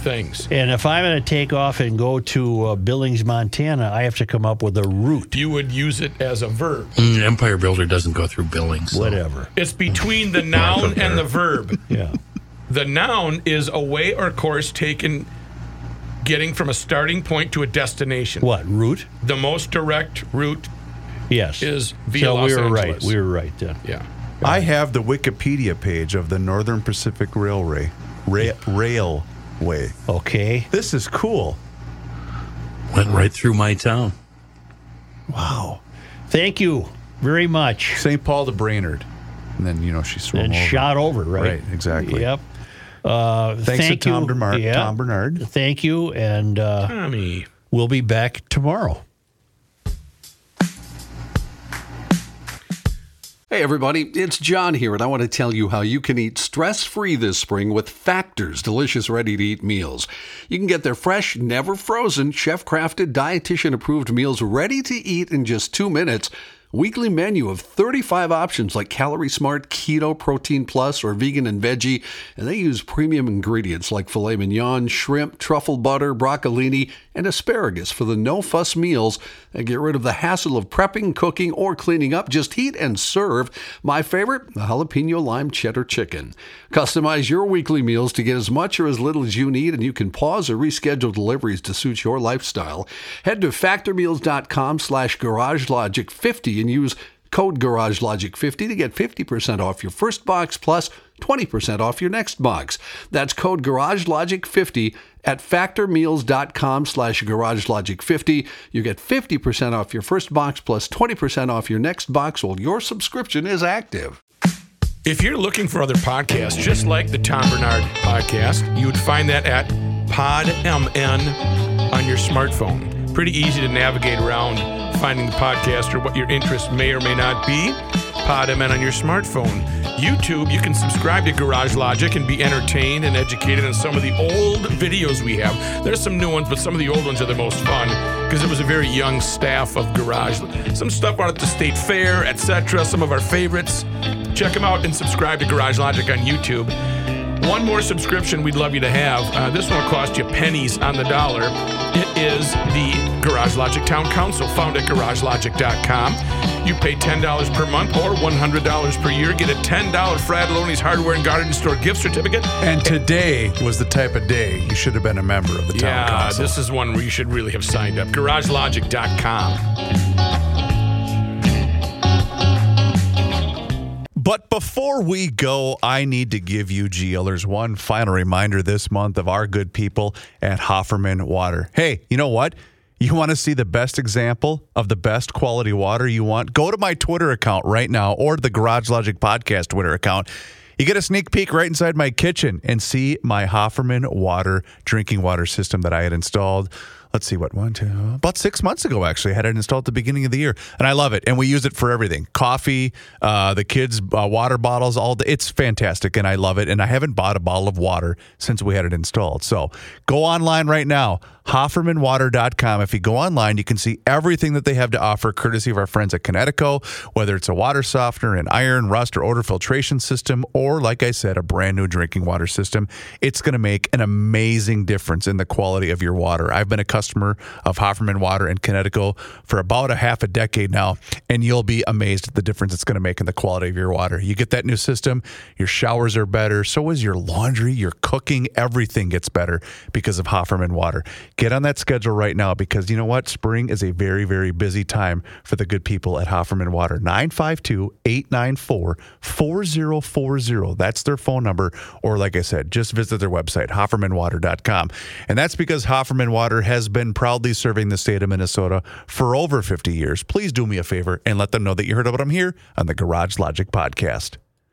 S5: things.
S2: and if I'm going to take off and go to uh, Billings, Montana, I have to come up with a route.
S5: You would use it as a verb.
S6: Mm, Empire Builder doesn't go through Billings. so-
S2: Whatever.
S5: It's between the noun and the verb.
S2: Yeah.
S5: The noun is a way or course taken getting from a starting point to a destination.
S2: What route?
S5: The most direct route
S2: Yes.
S5: is via
S2: so
S5: Los
S2: we were right.
S5: Angeles.
S2: We were right then.
S5: Yeah.
S1: I have the Wikipedia page of the Northern Pacific Railway. Ra- railway.
S2: Okay.
S1: This is cool.
S6: Went right through my town.
S1: Wow.
S2: Thank you very much.
S1: St. Paul to Brainerd. And then, you know, she swam
S2: and
S1: over.
S2: shot over, right?
S1: Right, exactly.
S2: Yep. Uh,
S1: Thanks
S2: thank
S1: to Tom,
S2: you.
S1: Demar-
S2: Yeah.
S1: Tom Bernard.
S2: Thank you, and uh,
S5: Tommy.
S2: we'll be back tomorrow.
S8: Hey everybody, it's John here, and I want to tell you how you can eat stress free this spring with Factor's delicious ready to eat meals. You can get their fresh, never frozen, chef crafted, dietitian approved meals ready to eat in just two minutes. Weekly menu of 35 options like Calorie Smart, Keto, Protein Plus, or Vegan and Veggie, and they use premium ingredients like filet mignon, shrimp, truffle butter, broccolini, and asparagus for the no fuss meals and get rid of the hassle of prepping, cooking, or cleaning up. Just heat and serve. My favorite, the jalapeno lime cheddar chicken. Customize your weekly meals to get as much or as little as you need, and you can pause or reschedule deliveries to suit your lifestyle. Head to factormeals.com slash garagelogic50 and use code garagelogic50 to get 50% off your first box plus 20% off your next box. That's code garagelogic50 at factormeals.com slash garagelogic50. You get 50% off your first box plus 20% off your next box while your subscription is active.
S5: If you're looking for other podcasts, just like the Tom Bernard podcast, you would find that at PodMN on your smartphone. Pretty easy to navigate around finding the podcast or what your interest may or may not be. PodMN on your smartphone. YouTube, you can subscribe to Garage Logic and be entertained and educated on some of the old videos we have. There's some new ones, but some of the old ones are the most fun because it was a very young staff of Garage. Some stuff out at the state fair, etc. Some of our favorites. Check them out and subscribe to Garage Logic on YouTube. One more subscription we'd love you to have. Uh, this one will cost you pennies on the dollar. It is the Garage Logic Town Council, found at garagelogic.com. You pay $10 per month or $100 per year. Get a $10 Fratelloni's Hardware and Garden Store gift certificate.
S1: And today was the type of day you should have been a member of the town
S5: yeah,
S1: council.
S5: this is one where you should really have signed up. GarageLogic.com.
S1: But before we go, I need to give you GLers one final reminder this month of our good people at Hofferman Water. Hey, you know what? You want to see the best example of the best quality water you want? Go to my Twitter account right now or the Garage Logic Podcast Twitter account. You get a sneak peek right inside my kitchen and see my Hofferman water drinking water system that I had installed. Let's see what one, two, about six months ago, actually. I had it installed at the beginning of the year, and I love it. And we use it for everything coffee, uh, the kids' uh, water bottles, all the, it's fantastic, and I love it. And I haven't bought a bottle of water since we had it installed. So go online right now, HoffermanWater.com. If you go online, you can see everything that they have to offer, courtesy of our friends at Connecticut, whether it's a water softener, an iron, rust, or odor filtration system, or like I said, a brand new drinking water system. It's going to make an amazing difference in the quality of your water. I've been a customer of Hofferman Water in Connecticut for about a half a decade now, and you'll be amazed at the difference it's going to make in the quality of your water. You get that new system, your showers are better, so is your laundry, your cooking, everything gets better because of Hofferman Water. Get on that schedule right now because you know what? Spring is a very, very busy time for the good people at Hofferman Water. 952 894 4040. That's their phone number. Or, like I said, just visit their website, hoffermanwater.com. And that's because Hofferman Water has been proudly serving the state of Minnesota for over 50 years. Please do me a favor and let them know that you heard about them here on the Garage Logic Podcast.